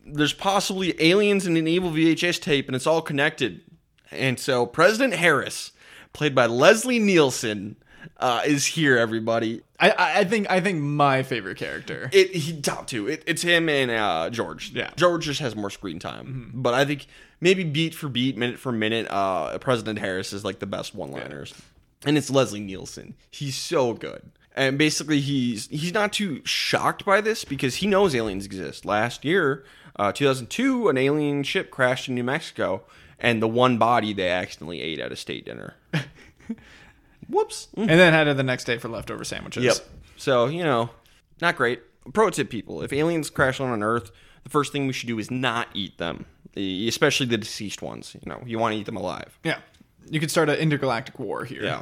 Speaker 1: there's possibly aliens in an evil VHS tape, and it's all connected." And so, President Harris, played by Leslie Nielsen, uh, is here. Everybody,
Speaker 3: I- I, I think, I think my favorite character.
Speaker 1: it he top two. It, it's him and uh, George.
Speaker 3: Yeah.
Speaker 1: George just has more screen time, but I think maybe beat for beat, minute for minute, uh, President Harris is like the best one liners, and it's Leslie Nielsen. He's so good. And basically, he's he's not too shocked by this because he knows aliens exist. Last year, uh, 2002, an alien ship crashed in New Mexico, and the one body they accidentally ate at a state dinner. Whoops.
Speaker 3: and then had it the next day for leftover sandwiches.
Speaker 1: Yep. So, you know, not great. Pro tip people if aliens crash land on Earth, the first thing we should do is not eat them, e- especially the deceased ones. You know, you want to eat them alive.
Speaker 3: Yeah. You could start an intergalactic war here.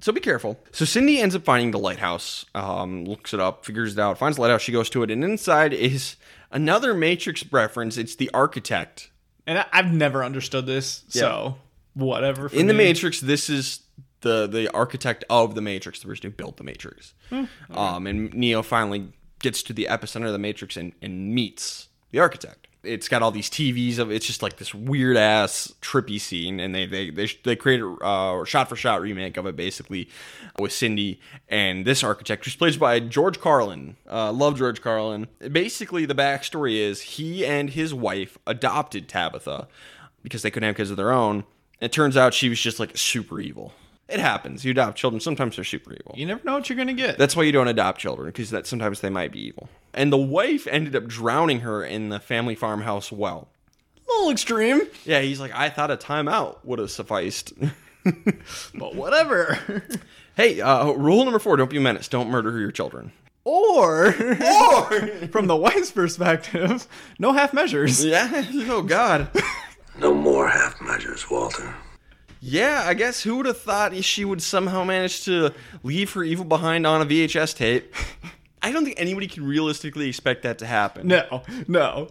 Speaker 1: So be careful. So Cindy ends up finding the lighthouse, um, looks it up, figures it out, finds the lighthouse. She goes to it, and inside is another Matrix reference. It's the architect.
Speaker 3: And I, I've never understood this, so whatever. for
Speaker 1: In the
Speaker 3: me.
Speaker 1: Matrix, this is the the architect of the Matrix, the person who built the Matrix.
Speaker 3: Hmm.
Speaker 1: Um, and Neo finally gets to the epicenter of the Matrix and, and meets the architect. It's got all these TVs of it's just like this weird ass trippy scene, and they they they, they create a uh, shot for shot remake of it basically with Cindy and this architect who's played by George Carlin. Uh, love George Carlin. Basically, the backstory is he and his wife adopted Tabitha because they couldn't have kids of their own. It turns out she was just like super evil. It happens. You adopt children. Sometimes they're super evil.
Speaker 3: You never know what you're going to get.
Speaker 1: That's why you don't adopt children because that sometimes they might be evil. And the wife ended up drowning her in the family farmhouse well. Little
Speaker 3: little extreme,
Speaker 1: Yeah, he's like, I thought a timeout would have sufficed.
Speaker 3: but whatever.
Speaker 1: hey, uh, rule number four: don't be a menace. Don't murder your children.
Speaker 3: or, from the wife's perspective, no half measures.
Speaker 1: Yeah. Oh God.
Speaker 5: No more half measures, Walter.
Speaker 1: Yeah, I guess who would have thought she would somehow manage to leave her evil behind on a VHS tape? I don't think anybody can realistically expect that to happen.
Speaker 3: No, no.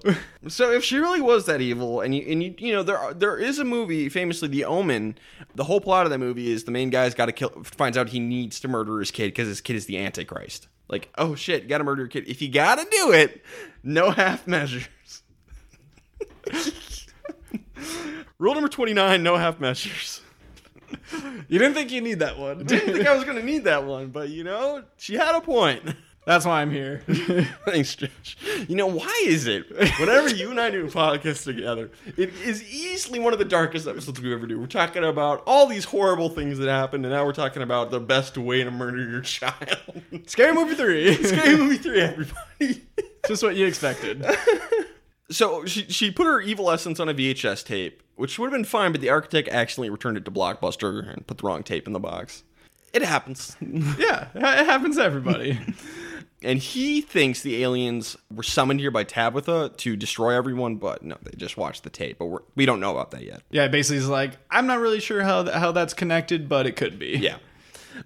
Speaker 1: So if she really was that evil, and you and you you know there are, there is a movie famously The Omen. The whole plot of that movie is the main guy's got to kill. Finds out he needs to murder his kid because his kid is the Antichrist. Like oh shit, you got to murder your kid. If you got to do it, no half measures. Rule number twenty nine: no half measures.
Speaker 3: You didn't think you need that one.
Speaker 1: I didn't think I was going to need that one, but you know, she had a point.
Speaker 3: That's why I'm here.
Speaker 1: Thanks, Josh. You know, why is it whenever you and I do podcasts together, it is easily one of the darkest episodes we ever do. We're talking about all these horrible things that happened, and now we're talking about the best way to murder your child.
Speaker 3: Scary movie three.
Speaker 1: Scary movie three, everybody.
Speaker 3: Just what you expected.
Speaker 1: So she she put her evil essence on a VHS tape, which would have been fine, but the architect accidentally returned it to Blockbuster and put the wrong tape in the box. It happens.
Speaker 3: Yeah, it happens to everybody.
Speaker 1: and he thinks the aliens were summoned here by Tabitha to destroy everyone, but no, they just watched the tape. But we're, we don't know about that yet.
Speaker 3: Yeah, basically, he's like, I'm not really sure how how that's connected, but it could be.
Speaker 1: Yeah.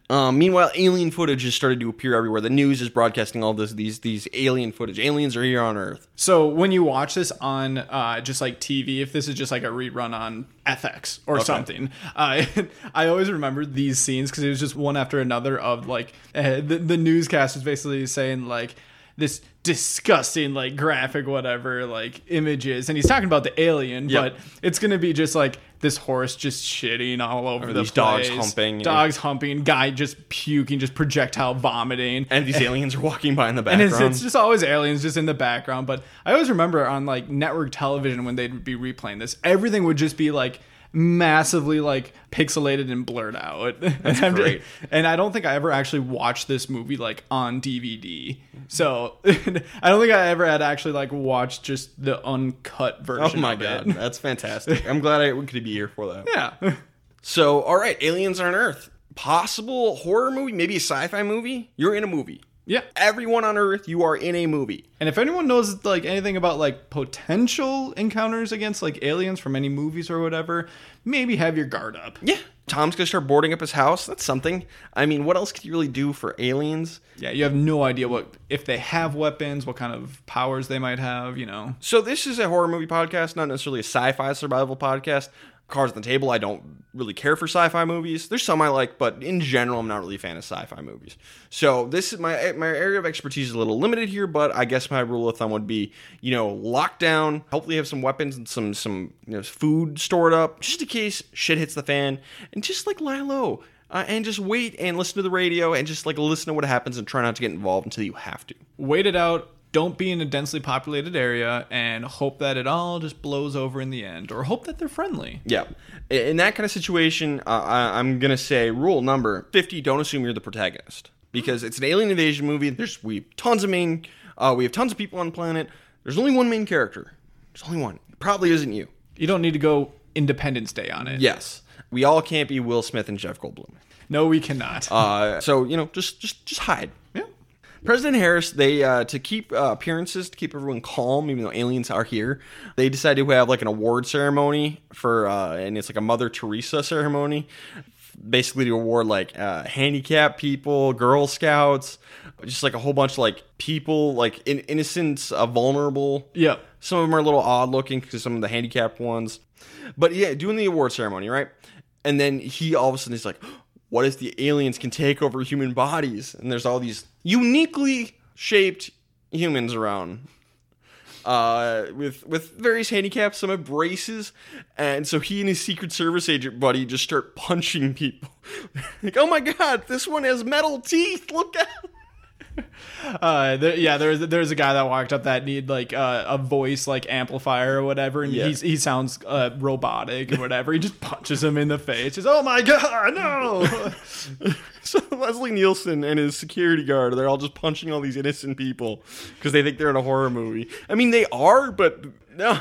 Speaker 1: Um, meanwhile, alien footage has started to appear everywhere. The news is broadcasting all this these these alien footage. Aliens are here on Earth.
Speaker 3: So when you watch this on uh, just like TV, if this is just like a rerun on FX or something, uh, I always remember these scenes because it was just one after another of like uh, the, the newscast was basically saying like this disgusting like graphic whatever like images and he's talking about the alien
Speaker 1: Yep.
Speaker 3: but it's gonna be just like this horse just shitting all over the
Speaker 1: these dogs
Speaker 3: place,
Speaker 1: humping.
Speaker 3: dogs humping guy just puking just projectile vomiting
Speaker 1: And these aliens are walking by in the
Speaker 3: and
Speaker 1: background.
Speaker 3: it's, it's just always aliens just in the background. But I always remember on like network television when they'd be replaying this, everything would just be like massively like pixelated and blurred out. and, I'm just-
Speaker 1: great.
Speaker 3: and I don't think I ever actually watched this movie like on DVD. So I don't think I ever had actually like watched just the uncut
Speaker 1: oh
Speaker 3: version.
Speaker 1: my
Speaker 3: of
Speaker 1: god,
Speaker 3: it.
Speaker 1: that's fantastic! I'm glad I could be here for that.
Speaker 3: Yeah.
Speaker 1: So, all right, aliens are on Earth. Possible horror movie, maybe a sci-fi movie. You're in a movie.
Speaker 3: Yeah.
Speaker 1: Everyone on Earth, you are in a movie.
Speaker 3: And if anyone knows like anything about like potential encounters against like aliens from any movies or whatever, maybe have your guard up.
Speaker 1: Yeah. Tom's gonna start boarding up his house. That's something. I mean, what else could you really do for aliens?
Speaker 3: Yeah, you have no idea what if they have weapons, what kind of powers they might have. You know,
Speaker 1: So this is a horror movie podcast, not necessarily a sci-fi survival podcast. Cards on the table. I don't really care for sci-fi movies. There's some I like, but in general, I'm not really a fan of sci-fi movies. So this is my my area of expertise is a little limited here, but I guess my rule of thumb would be, you know, lockdown. Hopefully, have some weapons and some some you know food stored up just in case shit hits the fan, and just like lie low. Uh, and just wait and listen to the radio and just like listen to what happens and try not to get involved until you have to.
Speaker 3: wait it out. Don't be in a densely populated area and hope that it all just blows over in the end, or hope that they're friendly.
Speaker 1: Yeah. I- In that kind of situation, uh, I, I'm going to say rule number 50 don't assume you're the protagonist because it's an alien invasion movie. There's we have tons of main uh, we have tons of people on the planet. There's only one main character. There's only one. It probably isn't you.
Speaker 3: You don't need to go Independence Day on it.
Speaker 1: Yes. We all can't be Will Smith and Jeff Goldblum.
Speaker 3: No, we cannot.
Speaker 1: Uh, so, you know, just just just hide.
Speaker 3: yeah.
Speaker 1: President Harris, they uh, to keep uh, appearances to keep everyone calm, even though aliens are here. They decided to have like an award ceremony for, uh, and it's like a Mother Teresa ceremony, basically to award like uh, handicapped people, Girl Scouts, just like a whole bunch of like people, like in- innocents, uh, vulnerable.
Speaker 3: Yep.
Speaker 1: Some of them are a little odd looking because some of the handicapped ones. But yeah, doing the award ceremony, right? And then he all of a sudden is like, what if the aliens can take over human bodies? And there's all these uniquely shaped humans around. Uh, with with various handicaps, some have braces, and so he and his Secret Service agent buddy just start punching people. like, oh my god, this one has metal teeth! Look out!
Speaker 3: Uh, there, yeah, there's there's a guy that walked up that need like uh, a voice like amplifier or whatever, and
Speaker 1: Yeah.
Speaker 3: he's, he sounds uh, robotic or whatever. he just punches him in the face. He's oh my god, no.
Speaker 1: So Leslie Nielsen and his security guard, they're all just punching all these innocent people because they think they're in a horror movie. I mean, they are, but no.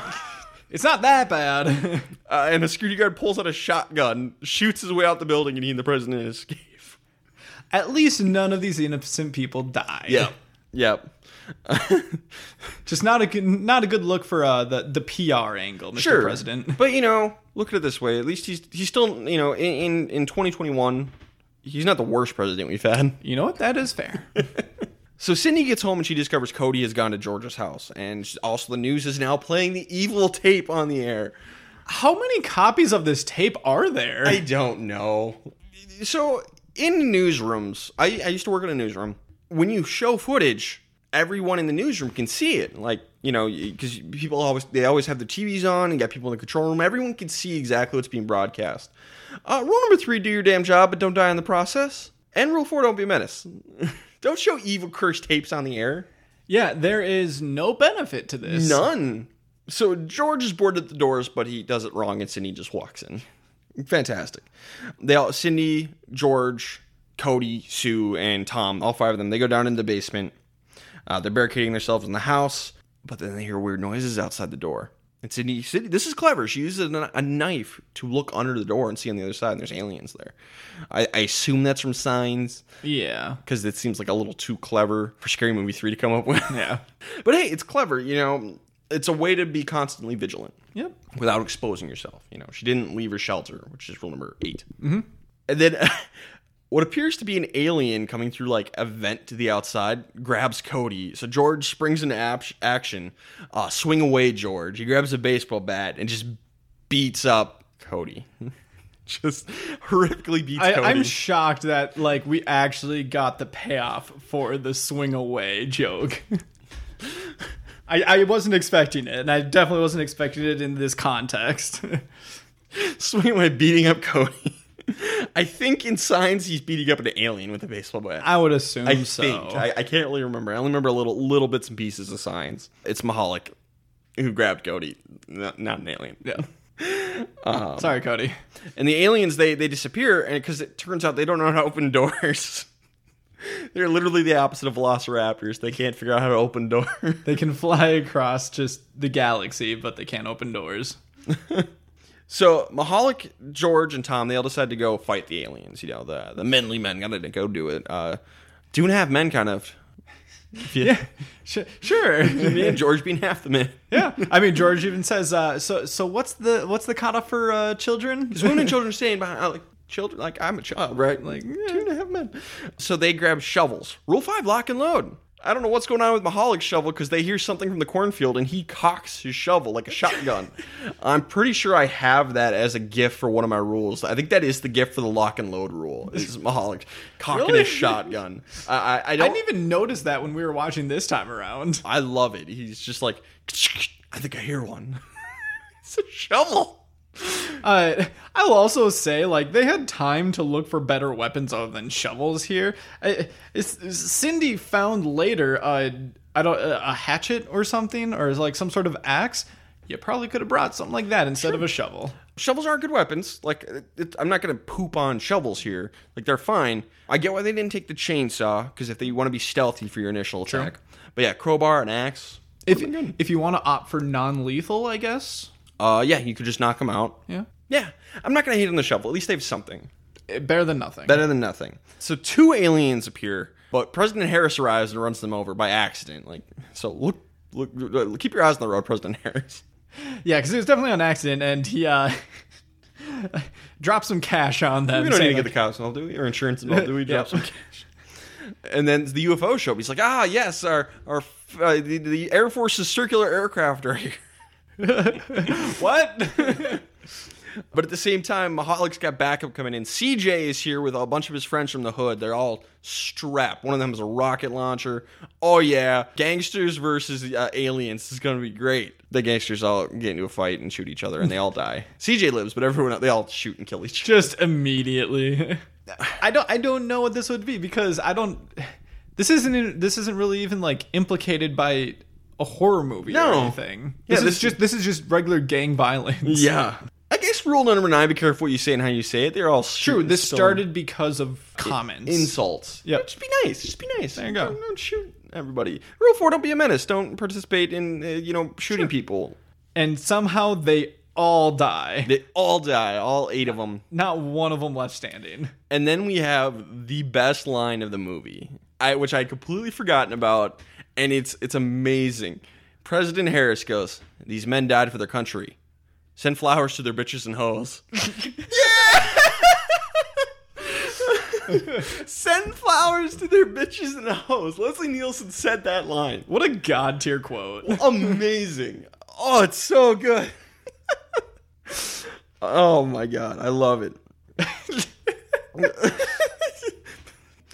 Speaker 3: It's not that bad.
Speaker 1: Uh, and a security guard pulls out a shotgun, shoots his way out the building, and he and the president escape.
Speaker 3: At least none of these innocent people die.
Speaker 1: Yep.
Speaker 3: Just not a good, not a good look for uh, the the PR angle, Mr.
Speaker 1: Sure.
Speaker 3: President.
Speaker 1: But you know, look at it this way. At least he's he's still you know in in, in 2021, he's not the worst president we've had.
Speaker 3: You know what? That is fair.
Speaker 1: So Cindy gets home and she discovers Cody has gone to George's house, and she- also the news is now playing the evil tape on the air.
Speaker 3: How many copies of this tape are there?
Speaker 1: I don't know. So in newsrooms, I, I used to work in a newsroom. When you show footage, everyone in the newsroom can see it. Like you know, because people always they always have their TVs on and got people in the control room. Everyone can see exactly what's being broadcast. Uh, rule number three: Do your damn job, but don't die in the process. And rule four: Don't be a menace. don't show evil cursed tapes on the air.
Speaker 3: yeah, there is no benefit to this.
Speaker 1: None. So George is bored at the doors, but he does it wrong, and Cindy just walks in. Fantastic. They all Cindy, George, Cody, Sue, and Tom, all five of them. They go down in the basement. Uh, they're barricading themselves in the house, but then they hear weird noises outside the door. And Cindy, Cindy, this is clever. She uses a, a knife to look under the door and see on the other side, and there's aliens there. I, I assume that's from signs
Speaker 3: Yeah.
Speaker 1: because it seems like a little too clever for Scary Movie 3 to come up with.
Speaker 3: Yeah.
Speaker 1: But hey, it's clever, you know. It's a way to be constantly vigilant
Speaker 3: Yep.
Speaker 1: without exposing yourself. You know, she didn't leave her shelter, which is rule number 8 Mm-hmm. And then what appears to be an alien coming through like a vent to the outside grabs Cody. So George springs into ap- action. Uh, swing away, George. He grabs a baseball bat and just beats up Cody. just horrifically beats
Speaker 3: I,
Speaker 1: Cody.
Speaker 3: I'm shocked that like we actually got the payoff for the swing away joke. I, I wasn't expecting it, and I definitely wasn't expecting it in this context.
Speaker 1: swing away, beating up Cody. I think in signs he's beating up an alien with a baseball bat.
Speaker 3: I would assume
Speaker 1: I
Speaker 3: so.
Speaker 1: think I, I can't really remember. I only remember little little bits and pieces of signs. It's Mahalik who grabbed Cody, not, not an alien.
Speaker 3: yeah. Sorry, Cody.
Speaker 1: And the aliens they they disappear, and because it turns out they don't know how to open doors. They're literally the opposite of Velociraptors. They can't figure out how to open doors.
Speaker 3: They can fly across just the galaxy, but they can't open doors.
Speaker 1: So Mahalik, George, and Tom they all decide to go fight the aliens. You know the the menly men gotta go do it. Uh, two and a half men kind of.
Speaker 3: Yeah, Sh- sure.
Speaker 1: Me and George being half the men.
Speaker 3: yeah, I mean George even says, uh, "So, so what's the what's the cutoff for uh, children?"
Speaker 1: Because women and children staying behind, like children, like I'm a child, right? Like two and a half men. So they grab shovels. Rule five: lock and load. I don't know what's going on with Mahalik's shovel because they hear something from the cornfield and he cocks his shovel like a shotgun. I'm pretty sure I have that as a gift for one of my rules. I think that is the gift for the lock and load rule. Is Mahalik cocking
Speaker 3: Really?
Speaker 1: his shotgun? I I, I
Speaker 3: I
Speaker 1: don't. I,
Speaker 3: didn't even notice that when we were watching this time around.
Speaker 1: love it. He's just like, I think I hear one. it's a shovel.
Speaker 3: Uh, I'll also say, like, they had time to look for better weapons other than shovels here. I, it's, Cindy found later, uh, I don't, a hatchet or something, or like some sort of axe. You probably could have brought something like that instead of a shovel.
Speaker 1: shovels aren't good weapons. Like, it, it- I'm not going to poop on shovels here. Like, they're fine. I get why they didn't take the chainsaw because if they want to be stealthy for your initial attack, but yeah, crowbar and axe.
Speaker 3: If if you want to opt for non-lethal, I guess.
Speaker 1: Uh, yeah, you could just knock them out.
Speaker 3: Yeah,
Speaker 1: Yeah, I'm not going to hate on the shovel. At least they have something
Speaker 3: Eh, better than nothing.
Speaker 1: better than nothing. So two aliens appear, but President Harris arrives and runs them over by accident. Like, so look, look, look keep your eyes on the road, President Harris.
Speaker 3: Yeah, because it was definitely an accident, and he uh, dropped some cash on them.
Speaker 1: We don't need to
Speaker 3: saying,
Speaker 1: get the
Speaker 3: like,
Speaker 1: cops involved, do we? Or insurance involved, do we?
Speaker 3: Yeah.
Speaker 1: Drop some cash. And then the UFO show up. He's like, ah, yes, our our uh, the, the Air Force's circular aircraft are here.
Speaker 3: what?
Speaker 1: But at the same time, Mahalik's got backup coming in. CJ is here with a bunch of his friends from the hood. They're all strapped. One of them is a rocket launcher. Oh yeah, gangsters versus uh, aliens This is gonna be great. The gangsters all get into a fight and shoot each other, and they all die. CJ lives, but everyone else, they all shoot and kill each other.
Speaker 3: Just immediately. I don't. I don't know what this would be because I don't. This isn't. in- This isn't really even like implicated by a horror movie or
Speaker 1: No.
Speaker 3: anything.
Speaker 1: Yeah,
Speaker 3: This
Speaker 1: this-
Speaker 3: is just. This is just regular gang violence.
Speaker 1: Yeah. I guess rule number nine: be careful what you say and how you say it. They're all
Speaker 3: True.
Speaker 1: shooting
Speaker 3: This
Speaker 1: stone
Speaker 3: started because of comments.
Speaker 1: insults.
Speaker 3: Yep.
Speaker 1: just be nice. Just be nice. There
Speaker 3: you go.
Speaker 1: Don't, don't shoot everybody. Rule four: don't be a menace. Don't participate in uh, you know shooting people.
Speaker 3: and somehow they all die.
Speaker 1: They all die, all eight of them.
Speaker 3: Not one of them left standing.
Speaker 1: And then we have the best line of the movie, I, which I had completely forgotten about, and it's it's amazing. President Harris goes, "These men died for their country. Send flowers to their bitches and hoes." Send flowers to their bitches and hoes. Leslie Nielsen said that line.
Speaker 3: What a god tier quote.
Speaker 1: Amazing. Oh, it's so good. oh my god, I love it.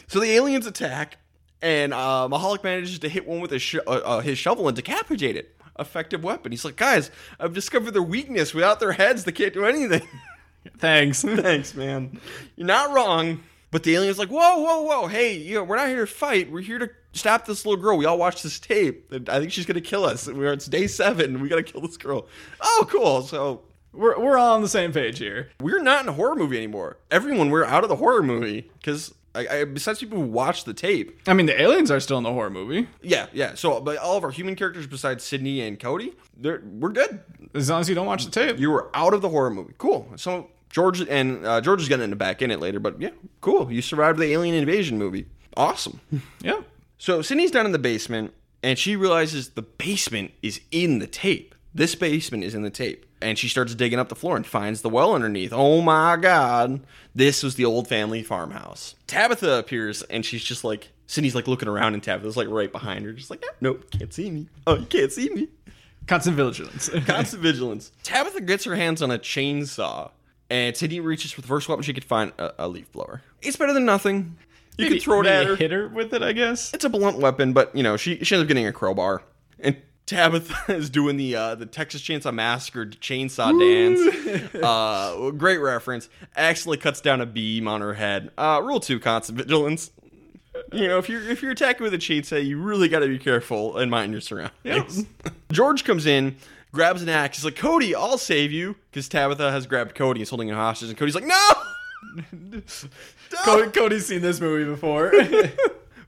Speaker 1: so the aliens attack, and uh, Mahalik manages to hit one with his, sho- uh, uh, his shovel and decapitate it. Effective weapon. He's like, guys, I've discovered their weakness. Without their heads, they can't do anything.
Speaker 3: Thanks.
Speaker 1: Thanks, man. You're not wrong. But the alien's like, whoa, whoa, whoa. Hey, you know, we're not here to fight. We're here to stop this little girl. We all watched this tape. And I think she's going to kill us. We're, it's day seven. We got to kill this girl. Oh, cool. So
Speaker 3: We're, we're all on the same page here.
Speaker 1: we're not in a horror movie anymore. Everyone, we're out of the horror movie because. I, I, besides people who watch the tape,
Speaker 3: I mean, the aliens are still in the horror movie.
Speaker 1: yeah, yeah. So, but all of our human characters besides Sydney and Cody, they're we're good.
Speaker 3: As long as you don't watch the tape.
Speaker 1: You were out of the horror movie. Cool. So George and uh, George is gonna end up back in it later, but yeah, cool. You survived the alien invasion movie. Awesome.
Speaker 3: yeah.
Speaker 1: so Sydney's down in the basement, and she realizes the basement is in the tape. This basement is in the tape, and she starts digging up the floor and finds the well underneath. Oh my god! This was the old family farmhouse. Tabitha appears, and she's just like Sydney's like looking around, and Tabitha's like right behind her, just like "Ah, nope, can't see me. Oh, you can't see me.
Speaker 3: Constant vigilance.
Speaker 1: Constant vigilance. Tabitha gets her hands on a chainsaw, and Sydney reaches for the first weapon she could find a, a leaf blower. It's better than nothing. You
Speaker 3: Maybe-
Speaker 1: can throw it
Speaker 3: maybe
Speaker 1: at her.
Speaker 3: Hit her with it, I guess.
Speaker 1: It's a blunt weapon, but you know she she ends up getting a crowbar. And Tabitha is doing the uh, the Texas Chainsaw Massacre chainsaw dance. Uh, great reference. Accidentally cuts down a beam on her head. Uh, rule two: constant vigilance. You know, if you're if you're attacking with a chainsaw, you really got to be careful and mind your surroundings. George comes in, grabs an axe. He's like, "Cody, I'll save you," because Tabitha has grabbed Cody. He's holding him hostage, and Cody's like, "No!"
Speaker 3: Cody, Cody's seen this movie before.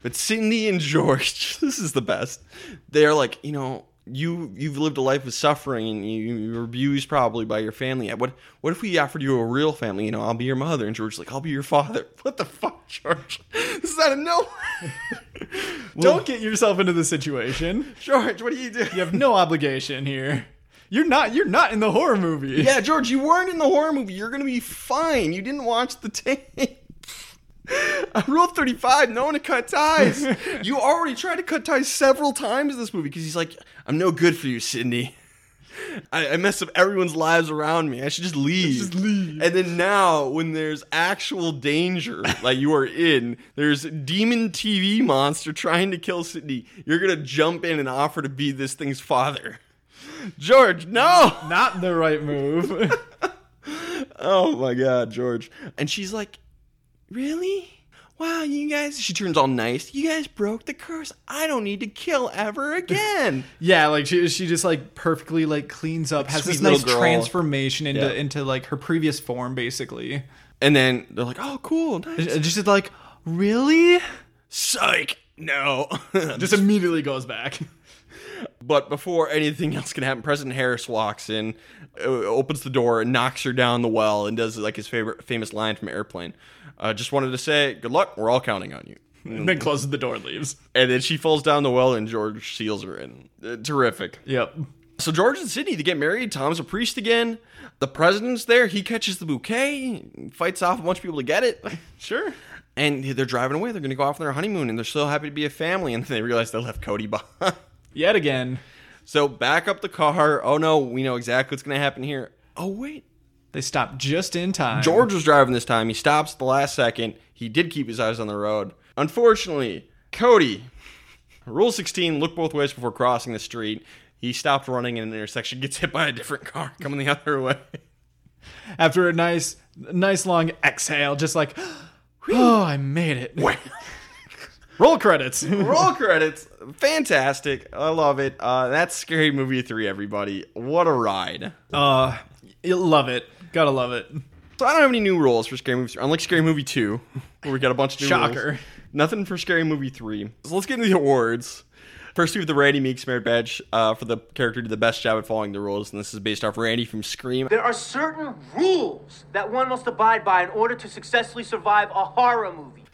Speaker 1: But Cindy and George, this is the best. They're like, you know, you you've lived a life of suffering and you, you were abused probably by your family. What what if we offered you a real family? You know, I'll be your mother. And George's like, I'll be your father. What the fuck, George? This is out of nowhere.
Speaker 3: don't get yourself into the situation.
Speaker 1: George, what do you do?
Speaker 3: You have no obligation here. You're not. You're not in the horror movie.
Speaker 1: Yeah, George, you weren't in the horror movie. You're gonna be fine. You didn't watch the tape. Rule 35, no one to cut ties. you already tried to cut ties several times in this movie because he's like, I'm no good for you, Sydney. I, I mess up everyone's lives around me. I should just leave.
Speaker 3: just leave.
Speaker 1: And then now, when there's actual danger, like you are in, there's demon TV monster trying to kill Sydney. You're gonna jump in and offer to be this thing's father. George, no!
Speaker 3: Not the right move.
Speaker 1: Oh my god, George. And she's like, Really? Wow, you guys she turns all nice. You guys broke the curse. I don't need to kill ever again.
Speaker 3: yeah, like she she just like perfectly like cleans up, has this
Speaker 1: sweet little
Speaker 3: nice
Speaker 1: girl.
Speaker 3: transformation into
Speaker 1: Yeah.
Speaker 3: into like her previous form, basically.
Speaker 1: and then they're like, Oh cool, nice.
Speaker 3: And just like, really?
Speaker 1: Psych. No.
Speaker 3: Just immediately goes back.
Speaker 1: but before anything else can happen, President Harris walks in, uh, opens the door, and knocks her down the well and does like his favorite famous line from airplane. Uh, just wanted to say, good luck, we're all counting on you.
Speaker 3: And then closes the door and leaves.
Speaker 1: And then she falls down the well and George seals her in. Uh, terrific.
Speaker 3: Yep.
Speaker 1: So George and Sydney to get married. Tom's a priest again. The president's there. He catches the bouquet, fights off a bunch of people to get it,
Speaker 3: Sure.
Speaker 1: and they're driving away. They're going to go off on their honeymoon, and they're so happy to be a family. And they realize they left Cody behind.
Speaker 3: Yet again,
Speaker 1: So back up the car. Oh no, we know exactly what's going to happen here. Oh wait,
Speaker 3: they stopped just in time.
Speaker 1: George was driving this time. He stops at the last second. He did keep his eyes on the road. Unfortunately, Cody, Rule 16, look both ways before crossing the street. He stopped running in an intersection, gets hit by a different car coming the other way.
Speaker 3: after a nice nice long exhale, just like, oh, I made it. Roll credits.
Speaker 1: Roll credits. Fantastic. I love it. Uh, that's Scary Movie 3, everybody. What a ride.
Speaker 3: Uh, you'll love it. Gotta love it.
Speaker 1: So I don't have any new rules for Scary Movie 3, unlike Scary Movie 2, where we got a bunch of new
Speaker 3: Shocker.
Speaker 1: rules. Nothing for Scary Movie 3. So let's get into the awards. First, we have the Randy Meeks merit badge uh, for the character did the best job at following the rules, and this is based off Randy from Scream.
Speaker 4: There are certain rules that one must abide by in order to successfully survive a horror movie.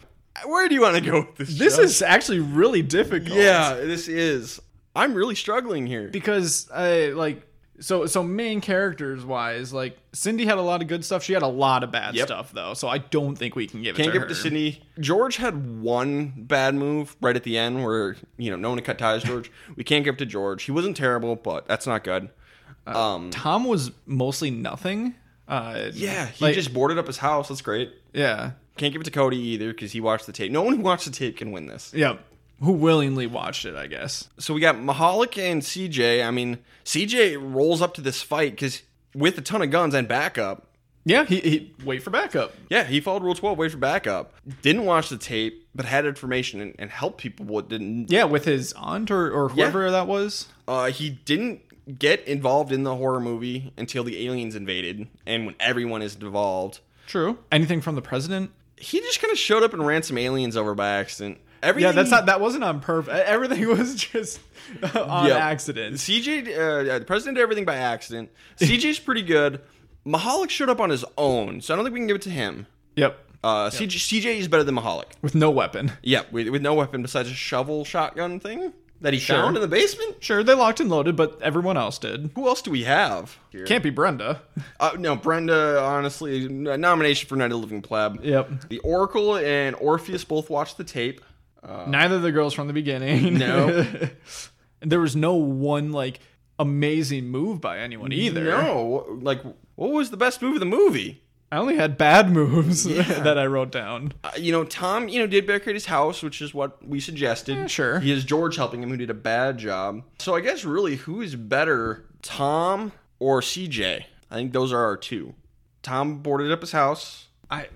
Speaker 1: Where do you want to go with this?
Speaker 3: This
Speaker 1: Joe?
Speaker 3: is actually really difficult.
Speaker 1: yeah, this is. I'm really struggling here.
Speaker 3: because uh, like so so main characters wise, like Cindy had a lot of good stuff. She had a lot of bad
Speaker 1: Yep.
Speaker 3: stuff though, so I don't think we can give it
Speaker 1: Can't
Speaker 3: to
Speaker 1: give it
Speaker 3: her.
Speaker 1: to Sydney. George had one bad move right at the end where, you know, no one to cut ties, George. we can't give it to George. He wasn't terrible, but that's not good. Um,
Speaker 3: Tom was mostly nothing. Uh,
Speaker 1: yeah, he
Speaker 3: like-
Speaker 1: just boarded up his house. That's great.
Speaker 3: yeah
Speaker 1: Can't give it to Cody either because he watched the tape. No one who watched the tape can win this.
Speaker 3: yeah. Who willingly watched it? I guess.
Speaker 1: So we got Mahalik and CJ. I mean, CJ rolls up to this fight because with a ton of guns and backup,
Speaker 3: Yeah, he, he wait for backup.
Speaker 1: Yeah, he followed Rule 12, wait for backup. Didn't watch the tape, but had information and, and helped people what didn't.
Speaker 3: Yeah, with his aunt or, or
Speaker 1: Yeah.
Speaker 3: whoever that was.
Speaker 1: Uh, he didn't get involved in the horror movie until the aliens invaded and when everyone is involved.
Speaker 3: True. Anything from the president?
Speaker 1: He just kind of showed up and ran some aliens over by accident. Everything
Speaker 3: Yeah, that's not that wasn't on purpose. Everything was just on
Speaker 1: Yep.
Speaker 3: accident.
Speaker 1: CJ, uh, yeah, the president did everything by accident. CJ's pretty good. Mahalik showed up on his own, so I don't think we can give it to him.
Speaker 3: Yep.
Speaker 1: Uh, CJ, CJ is better than Mahalik.
Speaker 3: With no weapon.
Speaker 1: Yeah, with, with no weapon besides a shovel shotgun thing that he
Speaker 3: Sure.
Speaker 1: found in the basement.
Speaker 3: Sure, they locked and loaded, but everyone else did.
Speaker 1: Who else do we have? here?
Speaker 3: Can't be Brenda.
Speaker 1: Uh, no, Brenda, honestly, a nomination for Night of the Living Pleb.
Speaker 3: Yep.
Speaker 1: The Oracle and Orpheus both watched the tape.
Speaker 3: Neither of the girls from the beginning.
Speaker 1: No.
Speaker 3: there was no one like amazing move by anyone either.
Speaker 1: No, wh- like, what was the best move of the movie?
Speaker 3: I only had bad moves that I wrote down.
Speaker 1: Uh, you know, Tom, you know, did barricade his house, which is what we suggested.
Speaker 3: Yeah, sure.
Speaker 1: He has George helping him, who did a bad job. So I guess really, who is better, Tom or CJ? I think those are our two. Tom boarded up his house,
Speaker 3: I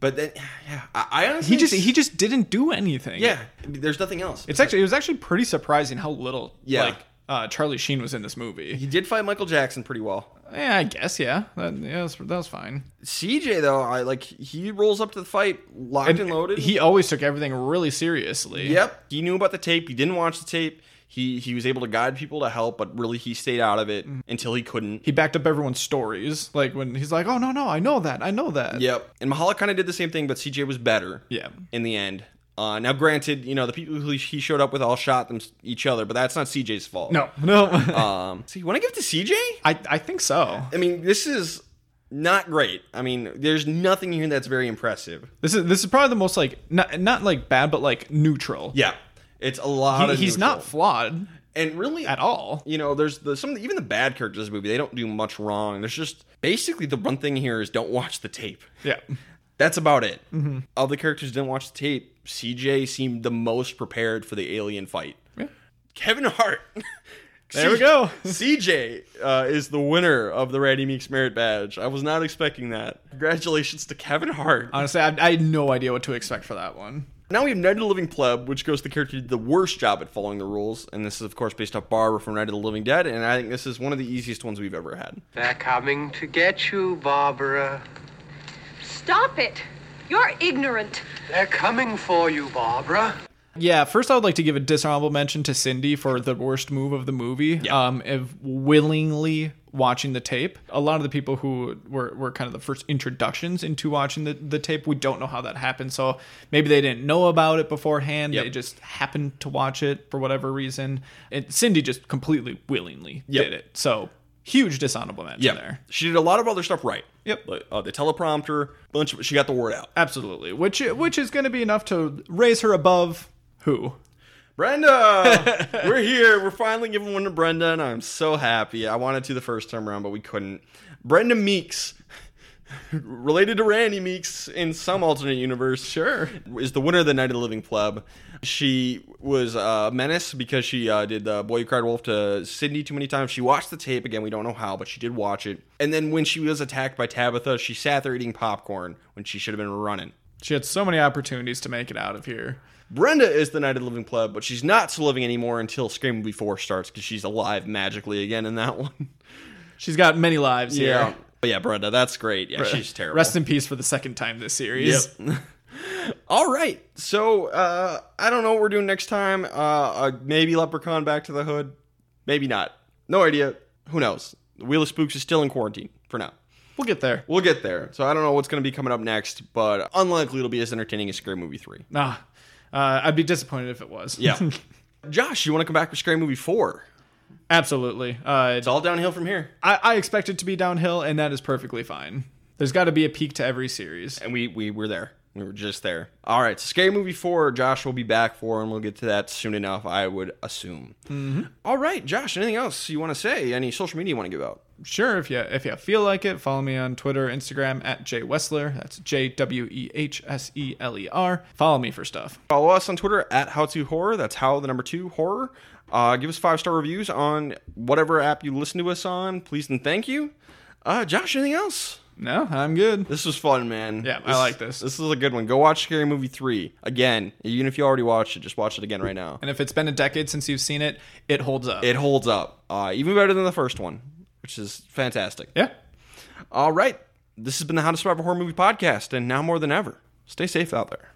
Speaker 1: but then, yeah, I, I honestly
Speaker 3: he just he just didn't do anything.
Speaker 1: yeah. There's nothing else.
Speaker 3: It's actually it was actually pretty surprising how little
Speaker 1: Yeah.
Speaker 3: like uh, Charlie Sheen was in this movie.
Speaker 1: he did fight Michael Jackson pretty well.
Speaker 3: Yeah, I guess yeah. That yeah, that's, that was fine.
Speaker 1: CJ though, I like he rolls up to the fight locked and, loaded.
Speaker 3: He always took everything really seriously.
Speaker 1: yep, he knew about the tape. He didn't watch the tape. He he was able to guide people to help, but really he stayed out of it until he couldn't.
Speaker 3: Mm-hmm. He backed up everyone's stories. Like when he's like, "Oh no, no, I know that. I know that."
Speaker 1: yep, and Mahalik kind of did the same thing, but CJ was better.
Speaker 3: Yeah.
Speaker 1: in the end. Uh, now, granted, you know the people who he showed up with all shot them each other, but that's not CJ's fault.
Speaker 3: No. No.
Speaker 1: Um, so you want to give it to CJ?
Speaker 3: I, I think so.
Speaker 1: I mean, this is not great. I mean, there's nothing here that's very impressive.
Speaker 3: This is this is probably the most like not not like bad, but like neutral.
Speaker 1: Yeah, it's a lot.
Speaker 3: He-
Speaker 1: of
Speaker 3: he's not
Speaker 1: neutral.
Speaker 3: flawed
Speaker 1: and really
Speaker 3: at all.
Speaker 1: you know, there's the some even the bad characters in the movie, they don't do much wrong. There's just basically the one thing here is don't watch the tape.
Speaker 3: Yeah.
Speaker 1: That's about it. Mm-hmm. All the characters didn't watch the tape. CJ seemed the most prepared for the alien fight.
Speaker 3: Yeah.
Speaker 1: Kevin Hart.
Speaker 3: There we go.
Speaker 1: CJ uh, is the winner of the Randy Meeks merit badge. I was not expecting that. Congratulations to Kevin Hart.
Speaker 3: Honestly, I, I had no idea what to expect for that one.
Speaker 1: Now we have Night of the Living Pleb, which goes to the character who did the worst job at following the rules, and this is of course based off Barbara from Night of the Living Dead, and I think this is one of the easiest ones we've ever had.
Speaker 6: They're coming to get you, Barbara.
Speaker 7: Stop it. You're ignorant.
Speaker 6: They're coming for you, Barbara.
Speaker 3: Yeah, first I would like to give a dishonorable mention to Cindy for the worst move of the movie. Um, of willingly watching the tape. A lot of the people who were, were kind of the first introductions into watching the, the tape, we don't know how that happened. So maybe they didn't know about it beforehand. They
Speaker 1: Yep.
Speaker 3: just happened to watch it for whatever reason. And Cindy just completely willingly
Speaker 1: Yep.
Speaker 3: did it. So huge dishonorable mention there.
Speaker 1: She did a lot of other stuff right.
Speaker 3: Yep.
Speaker 1: Like, uh, the teleprompter, bunch of she got the word out.
Speaker 3: Absolutely. Which which is going to be enough to raise her above who?
Speaker 1: Brenda, we're here. We're finally giving one to Brenda, and I'm so happy. I wanted to the first time around, but we couldn't. Brenda Meeks, related to Randy Meeks in some alternate universe,
Speaker 3: Sure.
Speaker 1: is the winner of the Night of the Living Pleb. She was uh, a menace because she uh, did the Boy Who Cried Wolf to Sydney too many times. She watched the tape again. We don't know how, but she did watch it. And then when she was attacked by Tabitha, she sat there eating popcorn when she should have been running.
Speaker 3: She had so many opportunities to make it out of here.
Speaker 1: Brenda is the Night of the Living Pleb, but she's not so living anymore until Scream Movie 4 starts because she's alive magically again in that one.
Speaker 3: She's got many lives here.
Speaker 1: But yeah, Brenda, that's great. Yeah, she's terrible.
Speaker 3: Rest in peace for the second time this series.
Speaker 1: Yep. All right. So uh, I don't know what we're doing next time. Uh, uh, maybe Leprechaun back to the hood. Maybe not. No idea. Who knows? The Wheel of Spooks is still in quarantine for now.
Speaker 3: We'll get there.
Speaker 1: We'll get there. So I don't know what's going to be coming up next, but unlikely it'll be as entertaining as Scary Movie 3.
Speaker 3: Nah, uh, I'd be disappointed if it was.
Speaker 1: Yeah. Josh, you want to come back for Scary Movie 4?
Speaker 3: absolutely. Uh,
Speaker 1: It's all downhill from here.
Speaker 3: I, I expect it to be downhill, and that is perfectly fine. There's got to be a peak to every series.
Speaker 1: And we, we were there. We were just there. All right. So Scary Movie 4, Josh will be back for, and we'll get to that soon enough, I would assume.
Speaker 3: Mm-hmm.
Speaker 1: All right, Josh, anything else you want to say? Any social media you want to give out?
Speaker 3: Sure, if you if you feel like it, follow me on Twitter, Instagram at Jay Wessler. That's J W E H S E L E R. Follow me for stuff.
Speaker 1: Follow us on Twitter at How To Horror. That's how the number two horror. Uh, give us five star reviews on whatever app you listen to us on. Please and thank you. Uh, Josh, anything else?
Speaker 3: No, I'm good.
Speaker 1: This was fun, man.
Speaker 3: Yeah, I like this.
Speaker 1: This is a good one. Go watch Scary Movie 3 again. Even if you already watched it, just watch it again right now.
Speaker 3: And if it's been a decade since you've seen it, it holds up.
Speaker 1: It holds up. Uh, even better than the first one, which is fantastic.
Speaker 3: yeah.
Speaker 1: All right. This has been the How to Survive a Horror Movie podcast, and now more than ever, stay safe out there.